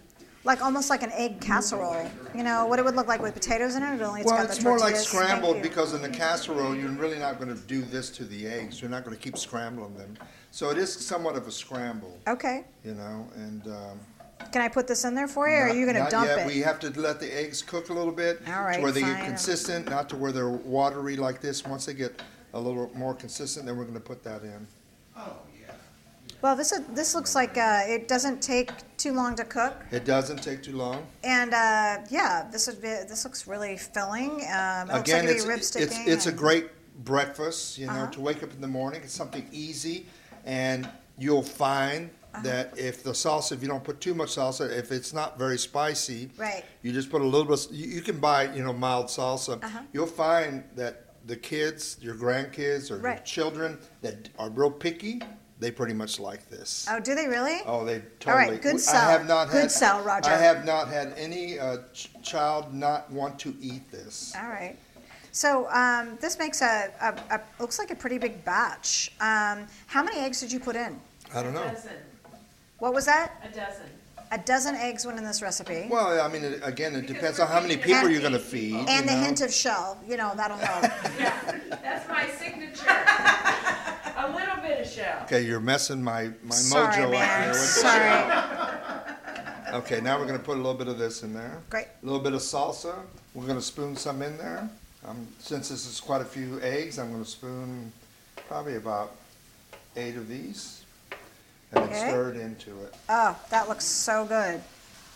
[SPEAKER 1] like almost like an egg casserole. You know what it would look like with potatoes in it. it only it's
[SPEAKER 4] Well,
[SPEAKER 1] got
[SPEAKER 4] it's
[SPEAKER 1] the
[SPEAKER 4] more like
[SPEAKER 1] tortillas. Thank
[SPEAKER 4] scrambled
[SPEAKER 1] you.
[SPEAKER 4] because in the casserole, you're really not gonna do this to the eggs. You're not gonna keep scrambling them. So it is somewhat of a scramble,
[SPEAKER 1] Okay.
[SPEAKER 4] you know, and. um,
[SPEAKER 1] Can I put this in there for you, or are
[SPEAKER 4] Not-
[SPEAKER 1] you gonna
[SPEAKER 4] not
[SPEAKER 1] dump
[SPEAKER 4] yet.
[SPEAKER 1] it?
[SPEAKER 4] We have to let the eggs cook a little bit.
[SPEAKER 1] All right,
[SPEAKER 4] To where they
[SPEAKER 1] fine.
[SPEAKER 4] get consistent, not to where they're watery like this. Once they get a little more consistent, then we're gonna put that in.
[SPEAKER 1] Well, this is, this looks like uh, it doesn't take too long to cook,
[SPEAKER 4] It doesn't take too long.
[SPEAKER 1] and uh, yeah, this would be, this looks really filling. Um, it
[SPEAKER 4] Again,
[SPEAKER 1] looks like it'd
[SPEAKER 4] it's, it's,
[SPEAKER 1] be rib
[SPEAKER 4] it's,
[SPEAKER 1] sticking.
[SPEAKER 4] a
[SPEAKER 1] and-
[SPEAKER 4] great breakfast, you know,
[SPEAKER 1] Uh-huh.
[SPEAKER 4] to wake up in the morning. It's something easy and you'll find
[SPEAKER 1] Uh-huh.
[SPEAKER 4] that if the salsa, if you don't put too much salsa, if it's not very spicy,
[SPEAKER 1] Right.
[SPEAKER 4] You just put a little bit. You, you can buy, you know, mild salsa.
[SPEAKER 1] Uh-huh.
[SPEAKER 4] You'll find that the kids, your grandkids, or your
[SPEAKER 1] Right.
[SPEAKER 4] children that are real picky, they pretty much like this.
[SPEAKER 1] Oh, do they really?
[SPEAKER 4] Oh, they
[SPEAKER 1] All
[SPEAKER 4] totally.
[SPEAKER 1] right, good
[SPEAKER 4] we-
[SPEAKER 1] sell.
[SPEAKER 4] I have not
[SPEAKER 1] Good
[SPEAKER 4] had,
[SPEAKER 1] sell, Roger.
[SPEAKER 4] I have not had any uh, ch- child not want to eat this.
[SPEAKER 1] All right. So um, this makes a, a, a looks like a pretty big batch. Um, how many eggs did you put in?
[SPEAKER 4] I don't
[SPEAKER 5] A
[SPEAKER 4] know.
[SPEAKER 5] dozen.
[SPEAKER 1] What was that?
[SPEAKER 5] A dozen.
[SPEAKER 1] A dozen eggs went in this recipe,
[SPEAKER 4] Well, I mean, it, again, it
[SPEAKER 5] Because
[SPEAKER 4] depends
[SPEAKER 5] we're
[SPEAKER 4] on how many
[SPEAKER 5] feeding
[SPEAKER 4] people
[SPEAKER 1] them.
[SPEAKER 4] you're going to feed.
[SPEAKER 1] and
[SPEAKER 4] you
[SPEAKER 1] the
[SPEAKER 4] know?
[SPEAKER 1] hint of shell. You know that'll help.
[SPEAKER 5] Yeah. That's my signature. a little bit of shell.
[SPEAKER 4] Okay, you're messing my, my
[SPEAKER 1] Sorry,
[SPEAKER 4] mojo up
[SPEAKER 1] man.
[SPEAKER 4] there. With
[SPEAKER 1] Sorry.
[SPEAKER 4] Okay, now we're going to put a little bit of this in there.
[SPEAKER 1] Great.
[SPEAKER 4] A little bit of salsa. We're going to spoon some in there. Um, since this is quite a few eggs, I'm going to spoon probably about eight of these and then
[SPEAKER 1] Okay.
[SPEAKER 4] stir it into it.
[SPEAKER 1] Oh, that looks so good.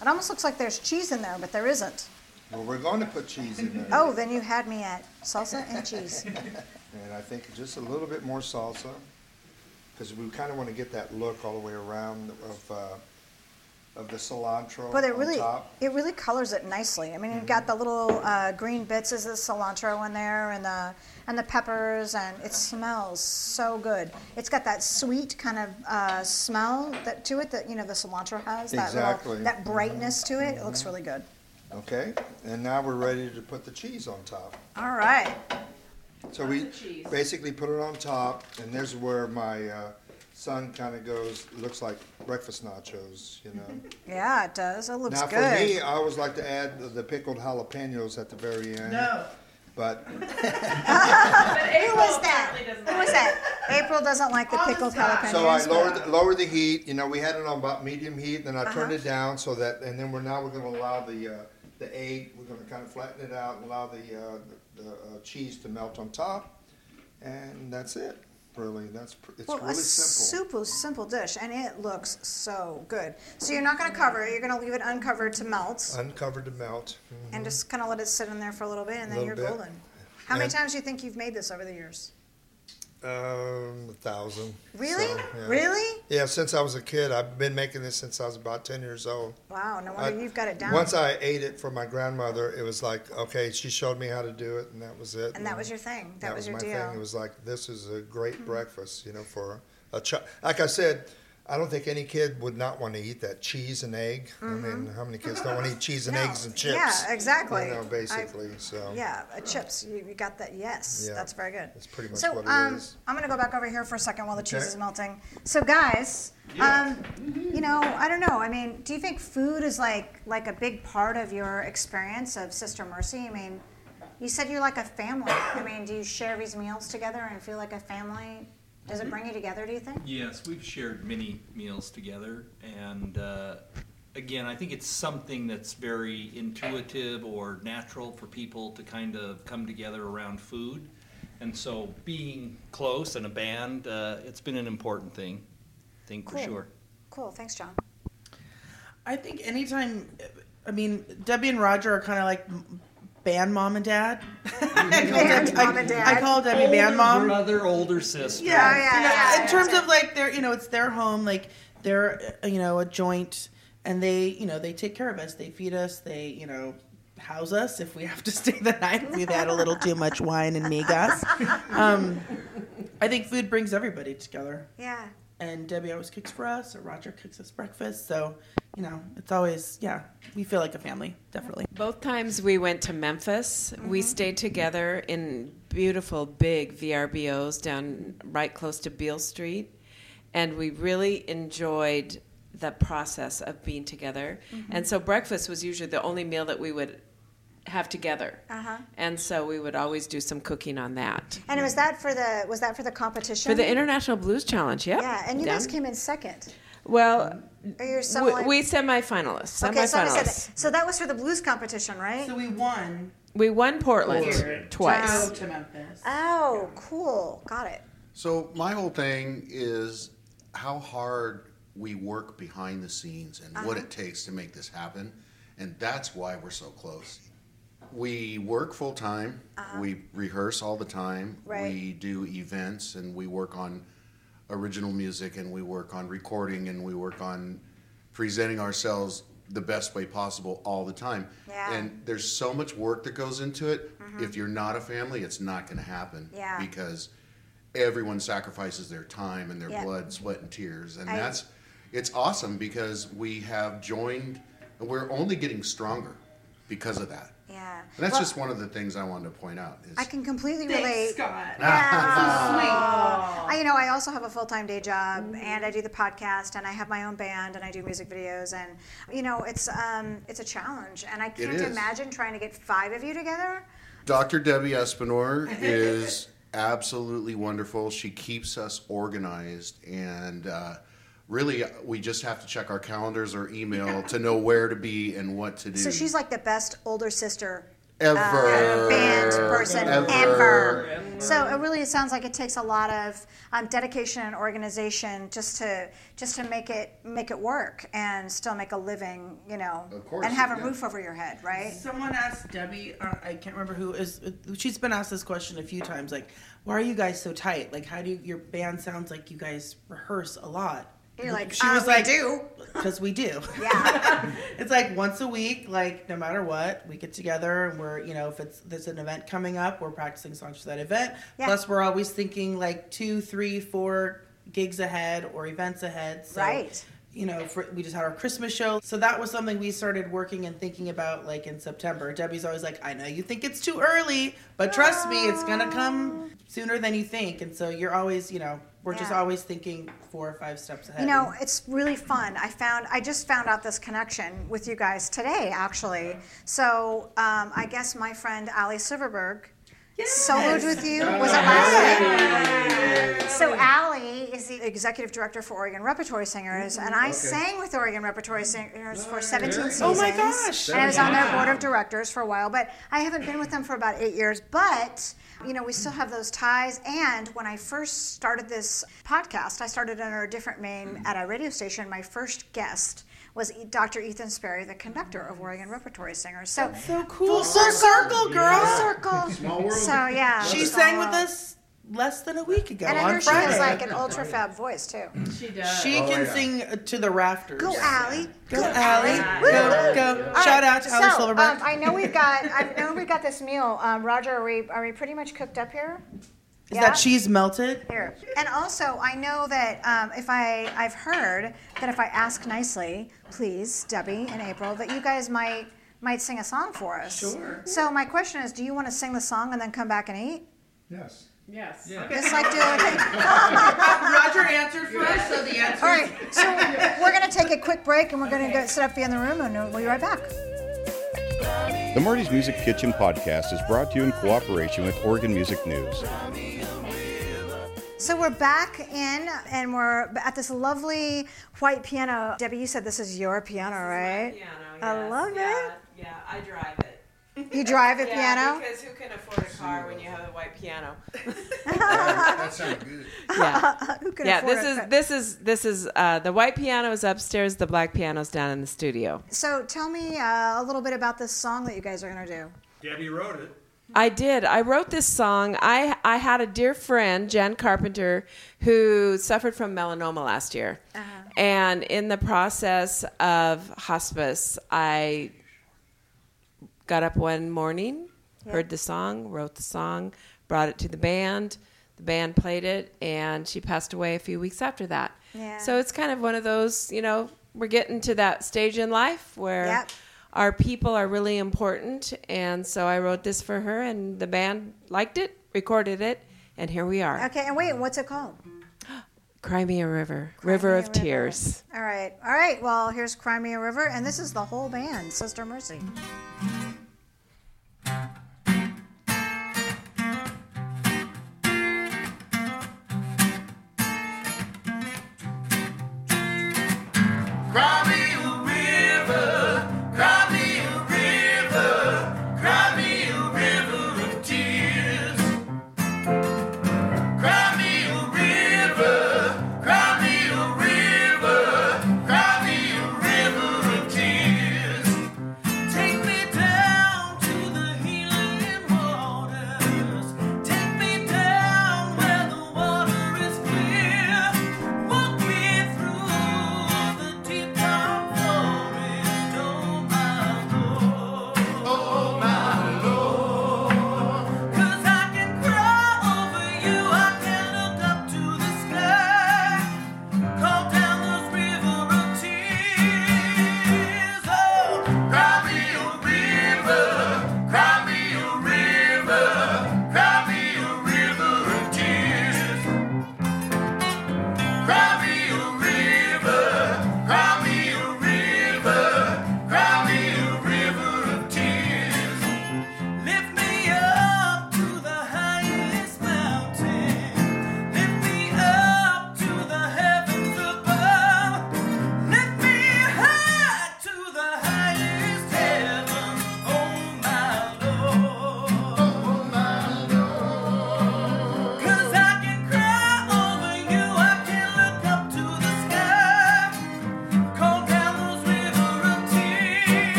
[SPEAKER 1] It almost looks like there's cheese in there, but there isn't.
[SPEAKER 4] Well, we're going to put cheese in there.
[SPEAKER 1] Oh, then you had me at salsa and cheese.
[SPEAKER 4] And I think just a little bit more salsa because we kind of want to get that look all the way around of, uh, of of the cilantro
[SPEAKER 1] But it
[SPEAKER 4] on
[SPEAKER 1] really,
[SPEAKER 4] top. Mm-hmm.
[SPEAKER 1] it really colors it nicely. I mean, you've got the little uh, green bits as the cilantro in there, and the and the peppers, and it smells so good. It's got that sweet kind of uh, smell that to it that you know the cilantro has. That
[SPEAKER 4] Exactly.
[SPEAKER 1] Little,
[SPEAKER 4] Mm-hmm.
[SPEAKER 1] that brightness to it. It looks really good.
[SPEAKER 4] Okay, and now we're ready to put the cheese on top.
[SPEAKER 1] All right.
[SPEAKER 4] So we
[SPEAKER 5] Lots of cheese.
[SPEAKER 4] basically put it on top, and there's where my uh, son kind of goes, looks like breakfast nachos, you know.
[SPEAKER 1] Yeah, it does. It looks
[SPEAKER 4] now
[SPEAKER 1] good.
[SPEAKER 4] for me, I always like to add the- the pickled jalapenos at the very end.
[SPEAKER 2] No.
[SPEAKER 4] But
[SPEAKER 1] Who was that? Who was that? April doesn't like the
[SPEAKER 5] All the
[SPEAKER 1] pickled
[SPEAKER 5] time.
[SPEAKER 1] jalapenos.
[SPEAKER 4] so I lowered the, lowered the heat. You know, we had it on about medium heat, then I turned
[SPEAKER 1] Uh-huh.
[SPEAKER 4] it down so that, and then we're now we're going to allow the uh, the egg. We're going to kind of flatten it out and allow the uh, the, the uh, cheese to melt on top, and that's it. Really, that's pr- it's
[SPEAKER 1] well,
[SPEAKER 4] really
[SPEAKER 1] a
[SPEAKER 4] simple.
[SPEAKER 1] super simple dish, and it looks so good. So you're not going to cover it. You're going to leave it uncovered to melt,
[SPEAKER 4] Uncovered to melt.
[SPEAKER 1] and just kind of let it sit in there for a little bit, and then
[SPEAKER 4] Little
[SPEAKER 1] you're
[SPEAKER 4] bit.
[SPEAKER 1] golden. How many
[SPEAKER 4] And-
[SPEAKER 1] times do you think you've made this over the years?
[SPEAKER 4] Um, a thousand.
[SPEAKER 1] Really?
[SPEAKER 4] So, yeah.
[SPEAKER 1] Really?
[SPEAKER 4] Yeah, since I was a kid, I've been making this since I was about ten years old.
[SPEAKER 1] Wow! No
[SPEAKER 4] I-
[SPEAKER 1] wonder you've got it down.
[SPEAKER 4] Once I ate it from my grandmother, it was like, okay, she showed me how to do it, and that was it.
[SPEAKER 1] and that was your thing. That, was, your
[SPEAKER 4] my
[SPEAKER 1] deal. Hmm.
[SPEAKER 4] thing. It was like, this is a great breakfast, you know, for a child. Like I said, I don't think any kid would not want to eat that cheese and egg. I mean, how many kids don't want to eat cheese and
[SPEAKER 1] Mm-hmm. No.
[SPEAKER 4] eggs and chips?
[SPEAKER 1] Yeah, exactly.
[SPEAKER 4] You know,
[SPEAKER 1] I-
[SPEAKER 4] basically. so
[SPEAKER 1] Yeah, uh, chips. You, you got that? Yes,
[SPEAKER 4] Yeah.
[SPEAKER 1] that's very good.
[SPEAKER 4] That's pretty much
[SPEAKER 1] so,
[SPEAKER 4] what it
[SPEAKER 1] um,
[SPEAKER 4] is.
[SPEAKER 1] I'm gonna go back over here for a second while the cheese
[SPEAKER 4] Okay.
[SPEAKER 1] is melting. So, guys, um, you know, I don't know. I mean, do you think food is like like a big part of your experience of Sister Mercy? I mean, you said you're like a family. I mean, do you share these meals together and feel like a family? Does it bring you together? Do you think?
[SPEAKER 6] Yes, we've shared many meals together, and uh, again, I think it's something that's very intuitive or natural for people to kind of come together around food. And so, being close and a band, uh, it's been an important thing, thing for
[SPEAKER 1] Cool.
[SPEAKER 6] sure.
[SPEAKER 1] Cool. Thanks, John.
[SPEAKER 2] I think anytime, I mean, Debbie and Roger are kind of like m- band mom and dad. I call
[SPEAKER 1] Band
[SPEAKER 2] Deb- I-
[SPEAKER 1] mom and dad.
[SPEAKER 2] I call Debbie band mom.
[SPEAKER 6] brother, older sister.
[SPEAKER 2] Yeah,
[SPEAKER 1] Oh, yeah,
[SPEAKER 2] yeah,
[SPEAKER 1] yeah, yeah.
[SPEAKER 2] In terms of like their, you know, it's their home. Like they're, uh, you know, a joint, and they, you know, they take care of us. They feed us. They, you know, house us if we have to stay the night. We've had a little too much wine and migas. Um, I think food brings everybody together,
[SPEAKER 1] Yeah.
[SPEAKER 2] and Debbie always cooks for us, or Roger cooks us breakfast. So, you know, it's always yeah. We feel like a family, definitely.
[SPEAKER 5] Both times we went to Memphis, we
[SPEAKER 1] Mm-hmm.
[SPEAKER 5] stayed together in beautiful big VRBOs down right close to Beale Street, and we really enjoyed the process of being together.
[SPEAKER 1] Mm-hmm.
[SPEAKER 5] And so breakfast was usually the only meal that we would have together.
[SPEAKER 1] Uh-huh.
[SPEAKER 5] And so we would always do some cooking on that.
[SPEAKER 1] And was that for the was that for the competition?
[SPEAKER 5] For the International Blues Challenge, yep.
[SPEAKER 1] yeah, and you guys
[SPEAKER 5] Down-
[SPEAKER 1] came in second.
[SPEAKER 5] Well,
[SPEAKER 1] Or you're
[SPEAKER 5] we,
[SPEAKER 1] someone.
[SPEAKER 5] we semifinalists.
[SPEAKER 1] Okay, so, I
[SPEAKER 5] semifinalists.
[SPEAKER 1] said that. so that was for the blues competition, right?
[SPEAKER 2] So we won
[SPEAKER 5] We won Portland twice.
[SPEAKER 2] to Memphis.
[SPEAKER 1] oh, cool. Got it.
[SPEAKER 7] So my whole thing is how hard we work behind the scenes and what
[SPEAKER 1] Uh-huh.
[SPEAKER 7] it takes to make this happen, and that's why we're so close. We work full time. We rehearse all the time.
[SPEAKER 1] Uh-huh. Right.
[SPEAKER 7] We do events and we work on original music and we work on recording and we work on presenting ourselves the best way possible all the time.
[SPEAKER 1] Yeah. Mm-hmm.
[SPEAKER 7] And there's so much work that goes into it. If you're not a family, it's not going to happen
[SPEAKER 1] Yeah.
[SPEAKER 7] because everyone sacrifices their time and their
[SPEAKER 1] Yeah.
[SPEAKER 7] blood, sweat, and tears, and
[SPEAKER 1] I-
[SPEAKER 7] that's it's awesome because we have joined. and We're only getting stronger because of that.
[SPEAKER 1] Yeah.
[SPEAKER 7] And that's
[SPEAKER 1] Well,
[SPEAKER 7] just one of the things I wanted to point out. Is
[SPEAKER 1] I can completely relate.
[SPEAKER 7] Ah.
[SPEAKER 2] Scott.
[SPEAKER 1] Yeah. I, you know, I also have a full time day job,
[SPEAKER 2] Mm-hmm.
[SPEAKER 1] and I do the podcast, and I have my own band, and I do music videos, and you know, it's um, it's a challenge, and I can't
[SPEAKER 7] is.
[SPEAKER 1] imagine trying to get five of you together.
[SPEAKER 7] Dr. Debbie Espinor is absolutely wonderful. She keeps us organized, and uh, really, we just have to check our calendars or email to know where to be and what to do.
[SPEAKER 1] So she's like the best older sister
[SPEAKER 7] ever
[SPEAKER 1] uh, band person ever. So it really sounds like it takes a lot of um, dedication and organization just to just to make it make it work and still make a living, you know,
[SPEAKER 7] Of course,
[SPEAKER 1] and have a
[SPEAKER 7] yeah.
[SPEAKER 1] roof over your head, right?
[SPEAKER 2] Someone asked Debbie, uh, I can't remember who is. She's been asked this question a few times. Like, why are you guys so tight? Like, how do you, your band sounds like you guys rehearse a lot?
[SPEAKER 1] You're like,
[SPEAKER 2] she
[SPEAKER 1] "Uh,
[SPEAKER 2] was
[SPEAKER 1] we
[SPEAKER 2] like,
[SPEAKER 1] do."
[SPEAKER 2] because we do.
[SPEAKER 1] Yeah.
[SPEAKER 2] It's like once a week, like no matter what, we get together and we're, you know, if it's there's an event coming up, we're practicing songs for that event.
[SPEAKER 1] Yeah.
[SPEAKER 2] Plus, we're always thinking like two, three, four gigs ahead or events ahead. So,
[SPEAKER 1] Right.
[SPEAKER 2] You know, for, we just had our Christmas show, so that was something we started working and thinking about like in September. Debbie's always like, "I know you think it's too early, but trust me, it's gonna come sooner than you think." And so you're always, you know, we're just
[SPEAKER 1] Yeah.
[SPEAKER 2] always thinking four or five steps ahead.
[SPEAKER 1] You know, it's really fun. I found I just found out this connection with you guys today, actually. So um, I guess my friend Ali Silverberg soloed with you. Was it last week? So Ali is the executive director for Oregon Repertory Singers, and I sang with Oregon Repertory Singers for 17 seasons.
[SPEAKER 2] Mm-hmm. Oh my gosh.
[SPEAKER 1] And I was on their board of directors for a while, but I haven't been with them for about eight years. But you know, we still have those ties. And when I first started this podcast, I started under a different name at a radio station. My first guest was E- Dr. Ethan Sperry, the conductor of Oregon Repertory Singers. So,
[SPEAKER 2] so cool. Full circle, girl.
[SPEAKER 1] full circle.
[SPEAKER 7] Small world.
[SPEAKER 1] So yeah,
[SPEAKER 2] She
[SPEAKER 1] it's
[SPEAKER 2] sang
[SPEAKER 1] all
[SPEAKER 2] with
[SPEAKER 1] up.
[SPEAKER 2] us less than a week ago
[SPEAKER 1] and I
[SPEAKER 2] on
[SPEAKER 1] hear she has
[SPEAKER 2] Friday.
[SPEAKER 1] like an ultra fab voice too.
[SPEAKER 5] She does.
[SPEAKER 2] she
[SPEAKER 7] Oh,
[SPEAKER 2] can
[SPEAKER 7] yeah.
[SPEAKER 2] sing to the rafters.
[SPEAKER 1] Go Allie,
[SPEAKER 2] Go, Allie. Go, go.
[SPEAKER 1] All
[SPEAKER 2] Shout
[SPEAKER 1] right,
[SPEAKER 2] out to Allie
[SPEAKER 1] so,
[SPEAKER 2] Silverberg.
[SPEAKER 1] Um, I know we've got. I know we've got this meal. Um, Roger, are we are we pretty much cooked up here?
[SPEAKER 2] Is that cheese melted?
[SPEAKER 1] Here. And also, I know that um, if I, I've heard that if I ask nicely, please, Debbie and April, that you guys might might sing a song for us. Sure. So my question is, do you want to sing the song and then come back and eat?
[SPEAKER 4] Yes.
[SPEAKER 5] Yes.
[SPEAKER 1] Just like do. Okay.
[SPEAKER 2] Roger answered first, so the answer.
[SPEAKER 1] All right. So we're gonna take a quick break and we're gonna go sit up in the room and we'll be right back.
[SPEAKER 8] The Marty's Music Kitchen podcast is brought to you in cooperation with Oregon Music News.
[SPEAKER 1] So we're back in, and we're at this lovely white piano. Debbie, you said this is your piano, right?
[SPEAKER 5] Piano,
[SPEAKER 1] I
[SPEAKER 5] yes.
[SPEAKER 1] love
[SPEAKER 5] yeah, Yeah, I drive it.
[SPEAKER 1] it. You drive a
[SPEAKER 5] yeah,
[SPEAKER 1] piano.
[SPEAKER 5] Because who can afford a car when you have a white piano?
[SPEAKER 7] that sounded good.
[SPEAKER 5] Yeah.
[SPEAKER 1] Who can
[SPEAKER 5] yeah,
[SPEAKER 1] afford
[SPEAKER 5] this
[SPEAKER 1] a-
[SPEAKER 5] is this is this is uh, the white piano is upstairs, the black piano's down in the studio.
[SPEAKER 1] So tell me uh, a little bit about this song that you guys are gonna do.
[SPEAKER 3] Debbie wrote it.
[SPEAKER 5] I did. I wrote this song. I I had a dear friend, Jen Carpenter, who suffered from melanoma last year,
[SPEAKER 1] Uh-huh.
[SPEAKER 5] and in the process of hospice, I got up one morning, heard the song, wrote the song, brought it to the band. The band played it, and she passed away a few weeks after that.
[SPEAKER 1] Yeah.
[SPEAKER 5] So it's kind of one of those, you know, we're getting to that stage in life where
[SPEAKER 1] Yep.
[SPEAKER 5] our people are really important. And so I wrote this for her, and the band liked it, recorded it, and here we are.
[SPEAKER 1] Okay, and wait, what's it called?
[SPEAKER 5] Cry Me a River, River of
[SPEAKER 1] Crimea River.
[SPEAKER 5] Tears.
[SPEAKER 1] All right, all right. Well, here's Crimea River, and this is the whole band, Sister Mercy.
[SPEAKER 9] Walk me through the deep dark Oh,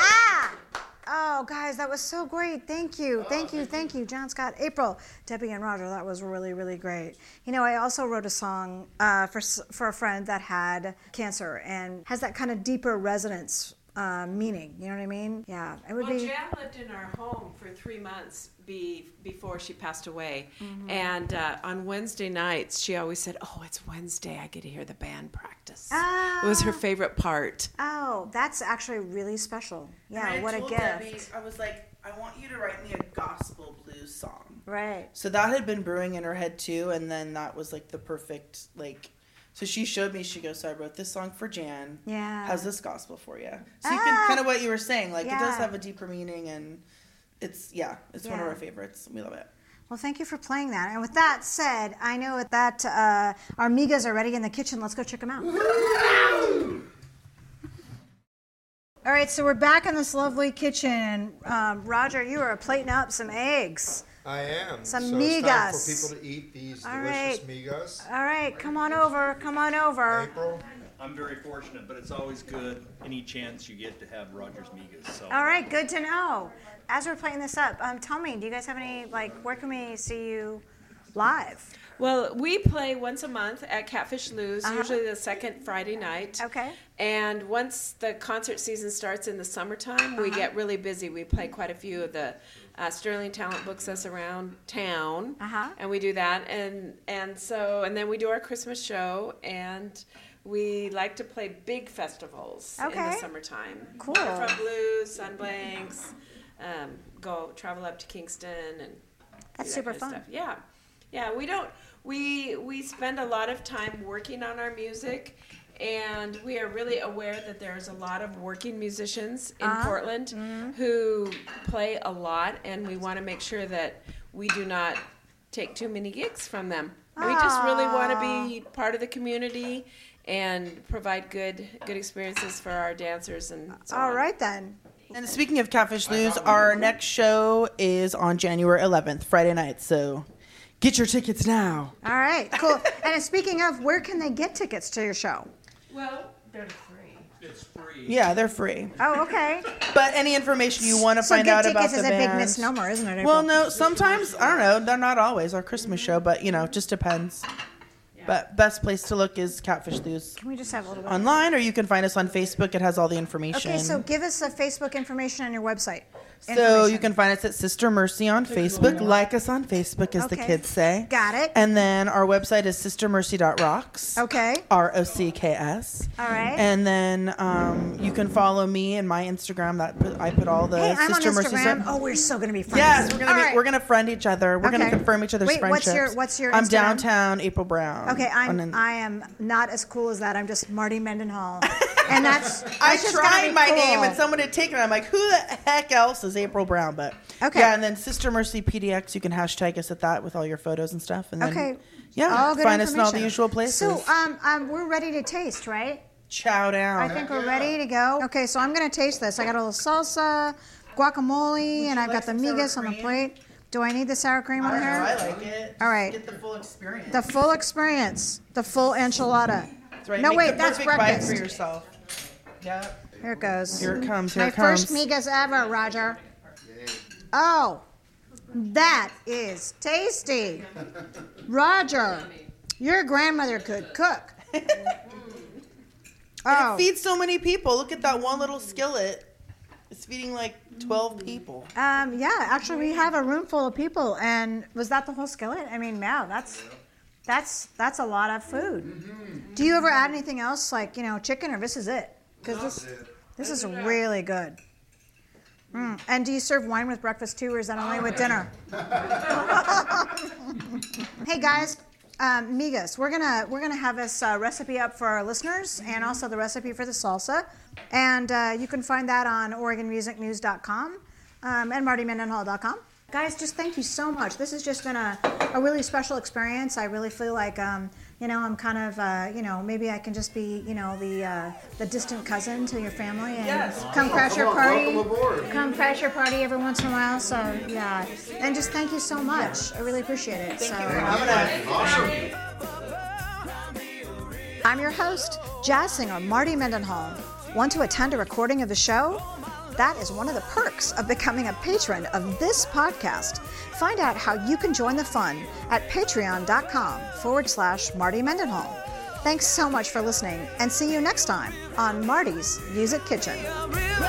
[SPEAKER 1] Ah! Oh, was so great. Thank you. thank you. Thank you, John Scott. April, Debbie, and Roger. That was really, really great. You know, I also wrote a song uh, for, s- for a friend that had cancer and has that kind of deeper resonance uh, meaning. You know what I mean? Yeah. It would
[SPEAKER 5] Well,
[SPEAKER 1] be.
[SPEAKER 5] Jan lived in our home for three months be, before she passed away.
[SPEAKER 1] Mm-hmm.
[SPEAKER 5] And uh, on Wednesday nights, she always said, Oh, it's Wednesday. I get to hear the band practice. It was
[SPEAKER 1] Ah.
[SPEAKER 5] her favorite part.
[SPEAKER 1] Oh, that's actually really special. Yeah,
[SPEAKER 2] And I
[SPEAKER 1] what a
[SPEAKER 2] told
[SPEAKER 1] gift.
[SPEAKER 2] Debbie, I was like, I want you to write me a gospel blues song.
[SPEAKER 1] Right.
[SPEAKER 2] So that had been brewing in her head too, and then that was like the perfect like. So she showed me. She goes, "So I wrote this song for Jan.
[SPEAKER 1] Yeah.
[SPEAKER 2] how's this gospel for you?" So you can
[SPEAKER 1] Ah.
[SPEAKER 2] kind of what you were saying. Like it does
[SPEAKER 1] Yeah.
[SPEAKER 2] have a deeper meaning, and it's yeah, it's one of
[SPEAKER 1] Yeah.
[SPEAKER 2] our favorites. We love it.
[SPEAKER 1] Well, thank you for playing that. And with that said, I know that uh, our migas are ready in the kitchen. Let's go check them out. All right, so we're back in this lovely kitchen. Um, Roger, you are plating up some eggs.
[SPEAKER 4] I am.
[SPEAKER 1] Some
[SPEAKER 4] so it's time
[SPEAKER 1] migas.
[SPEAKER 4] for people to eat these
[SPEAKER 1] All
[SPEAKER 4] delicious
[SPEAKER 1] right. Uh,
[SPEAKER 4] migas.
[SPEAKER 1] All right, come on over. Come on over.
[SPEAKER 4] April,
[SPEAKER 6] I'm very fortunate, but it's always good any chance you get to have Rogers Migas. So
[SPEAKER 1] All right, good to know. As we're plating this up, um, tell me, do you guys have any, like, where can we see you live?
[SPEAKER 5] Well, we play once a month at Catfish Lou's,
[SPEAKER 1] Uh-huh.
[SPEAKER 5] usually the second Friday night.
[SPEAKER 1] Okay.
[SPEAKER 5] And once the concert season starts in the summertime,
[SPEAKER 1] Uh-huh.
[SPEAKER 5] we get really busy. We play quite a few of the uh, Sterling Talent books us around town,
[SPEAKER 1] Uh-huh.
[SPEAKER 5] and we do that. And and so and then we do our Christmas show, and we like to play big festivals in the
[SPEAKER 1] Okay.
[SPEAKER 5] summertime.
[SPEAKER 1] Cool.
[SPEAKER 5] Waterfront Blues, Sunblanks, um, go travel up to Kingston and
[SPEAKER 1] That's
[SPEAKER 5] do that
[SPEAKER 1] super
[SPEAKER 5] kind of
[SPEAKER 1] fun.
[SPEAKER 5] stuff. Yeah, yeah. We don't. We we spend a lot of time working on our music, and we are really aware that there's a lot of working musicians in
[SPEAKER 1] Uh-huh.
[SPEAKER 5] Portland
[SPEAKER 1] Mm-hmm.
[SPEAKER 5] who play a lot, and we want to make sure that we do not take too many gigs from them. We just really want to be
[SPEAKER 1] Ah.
[SPEAKER 5] part of the community and provide good good experiences for our dancers and so
[SPEAKER 1] All
[SPEAKER 5] on.
[SPEAKER 1] right, then.
[SPEAKER 2] And speaking of Catfish News, our next show is on January 11th, Friday night. So get your tickets now.
[SPEAKER 1] All right, cool. and speaking of, where can they get tickets to your show?
[SPEAKER 5] Well, they're free.
[SPEAKER 6] it's free.
[SPEAKER 2] Yeah, they're free.
[SPEAKER 1] Oh, okay.
[SPEAKER 2] But any information you want to
[SPEAKER 1] so
[SPEAKER 2] find
[SPEAKER 1] get
[SPEAKER 2] out
[SPEAKER 1] tickets
[SPEAKER 2] about the
[SPEAKER 1] is a big
[SPEAKER 2] band-
[SPEAKER 1] misnomer, isn't it?
[SPEAKER 2] Well,
[SPEAKER 1] April?
[SPEAKER 2] no, sometimes I don't know. They're not always our Christmas show, but you know, it just depends. But best place to look is Catfish News
[SPEAKER 1] Can we just have a little bit?
[SPEAKER 2] online, or you can find us on Facebook. It has all the information.
[SPEAKER 1] Okay, so give us the Facebook information on your website.
[SPEAKER 2] So you
[SPEAKER 1] Information.
[SPEAKER 2] can find us at Sister Mercy on Facebook. Like us on Facebook, as the
[SPEAKER 1] Okay.
[SPEAKER 2] kids say.
[SPEAKER 1] Got it.
[SPEAKER 2] And then our website is sistermercy.rocks.
[SPEAKER 1] Okay.
[SPEAKER 2] R O C K S.
[SPEAKER 1] All right.
[SPEAKER 2] And then um, you can follow me and my Instagram. That put, I put all the
[SPEAKER 1] hey, I'm on
[SPEAKER 2] Sister Mercy
[SPEAKER 1] Instagram.
[SPEAKER 2] stuff.
[SPEAKER 1] Oh, we're so gonna be friends.
[SPEAKER 2] Yes, we're gonna
[SPEAKER 1] All
[SPEAKER 2] be,
[SPEAKER 1] right.
[SPEAKER 2] we're gonna friend each other. We're gonna
[SPEAKER 1] Okay.
[SPEAKER 2] confirm each other's
[SPEAKER 1] Wait, what's
[SPEAKER 2] friendships.
[SPEAKER 1] your- what's your
[SPEAKER 2] I'm
[SPEAKER 1] Instagram?
[SPEAKER 2] downtown April Brown.
[SPEAKER 1] Okay,
[SPEAKER 2] on
[SPEAKER 1] I'm
[SPEAKER 2] an-
[SPEAKER 1] I am not as cool as that. I'm just Marty Mendenhall, and that's, that's
[SPEAKER 2] I
[SPEAKER 1] just gonna
[SPEAKER 2] tried
[SPEAKER 1] be
[SPEAKER 2] my
[SPEAKER 1] cool.
[SPEAKER 2] name and someone had taken it. I'm like, who the heck else is April Brown? But
[SPEAKER 1] Okay.
[SPEAKER 2] yeah, and then Sister Mercy PDX. You can hashtag us at that with all your photos and stuff. And then,
[SPEAKER 1] Okay.
[SPEAKER 2] yeah,
[SPEAKER 1] All good
[SPEAKER 2] find us in all the
[SPEAKER 1] information.
[SPEAKER 2] usual places.
[SPEAKER 1] So um, um, we're ready to taste, right?
[SPEAKER 2] Chow down.
[SPEAKER 1] I think we're ready to go. Okay, so I'm gonna taste this. I got a little salsa, guacamole, and I've got
[SPEAKER 2] like
[SPEAKER 1] the
[SPEAKER 2] some sour
[SPEAKER 1] migas on the
[SPEAKER 2] cream?
[SPEAKER 1] plate. Do I need the sour cream
[SPEAKER 2] I
[SPEAKER 1] on
[SPEAKER 2] don't know, I
[SPEAKER 1] here?
[SPEAKER 2] like it.
[SPEAKER 1] All right.
[SPEAKER 2] Get the full experience.
[SPEAKER 1] The full experience, the full enchilada.
[SPEAKER 2] That's right.
[SPEAKER 1] No,
[SPEAKER 2] Make
[SPEAKER 1] wait,
[SPEAKER 2] the
[SPEAKER 1] that's
[SPEAKER 2] perfect bite
[SPEAKER 1] breakfast.
[SPEAKER 2] for yourself. Yep.
[SPEAKER 1] Here it goes.
[SPEAKER 2] Here it comes. Here
[SPEAKER 1] My
[SPEAKER 2] it comes.
[SPEAKER 1] first migas ever, Roger. Oh, that is tasty. Roger, your grandmother could cook.
[SPEAKER 2] And
[SPEAKER 1] Oh,
[SPEAKER 2] It feeds so many people. Look at that one little skillet. It's feeding like 12 people.
[SPEAKER 1] um, yeah. Actually, we have a room full of people, and was that the whole skillet? I mean, wow, that's that's that's a lot of food. Do you ever add anything else, like you know, chicken, or this is it? Because this this is really good. Mm. And do you serve wine with breakfast too, or is that only with dinner? hey guys, um, migas, we're gonna we're gonna have this uh, recipe up for our listeners, and also the recipe for the salsa, and uh, you can find that on OregonMusicNews.com um, and MartyMendenhall.com. Guys, just thank you so much. This has just been a, a really special experience. I really feel like, um, you know, I'm kind of, uh, you know, maybe I can just be, you know, the uh, the distant cousin to your family and
[SPEAKER 2] Yes.
[SPEAKER 1] come crash your party.
[SPEAKER 4] welcome aboard.
[SPEAKER 1] Come crash your party every once in a while. So yeah, and just thank you so much. I really appreciate it. so.
[SPEAKER 4] awesome.
[SPEAKER 1] I'm your host, jazz singer Marty Mendenhall. Want to attend a recording of the show? That is one of the perks of becoming a patron of this podcast. Find out how you can join the fun at patreon.com forward slash Marty Mendenhall. Thanks so much for listening and see you next time on Marty's Music Kitchen.
[SPEAKER 9] I'm real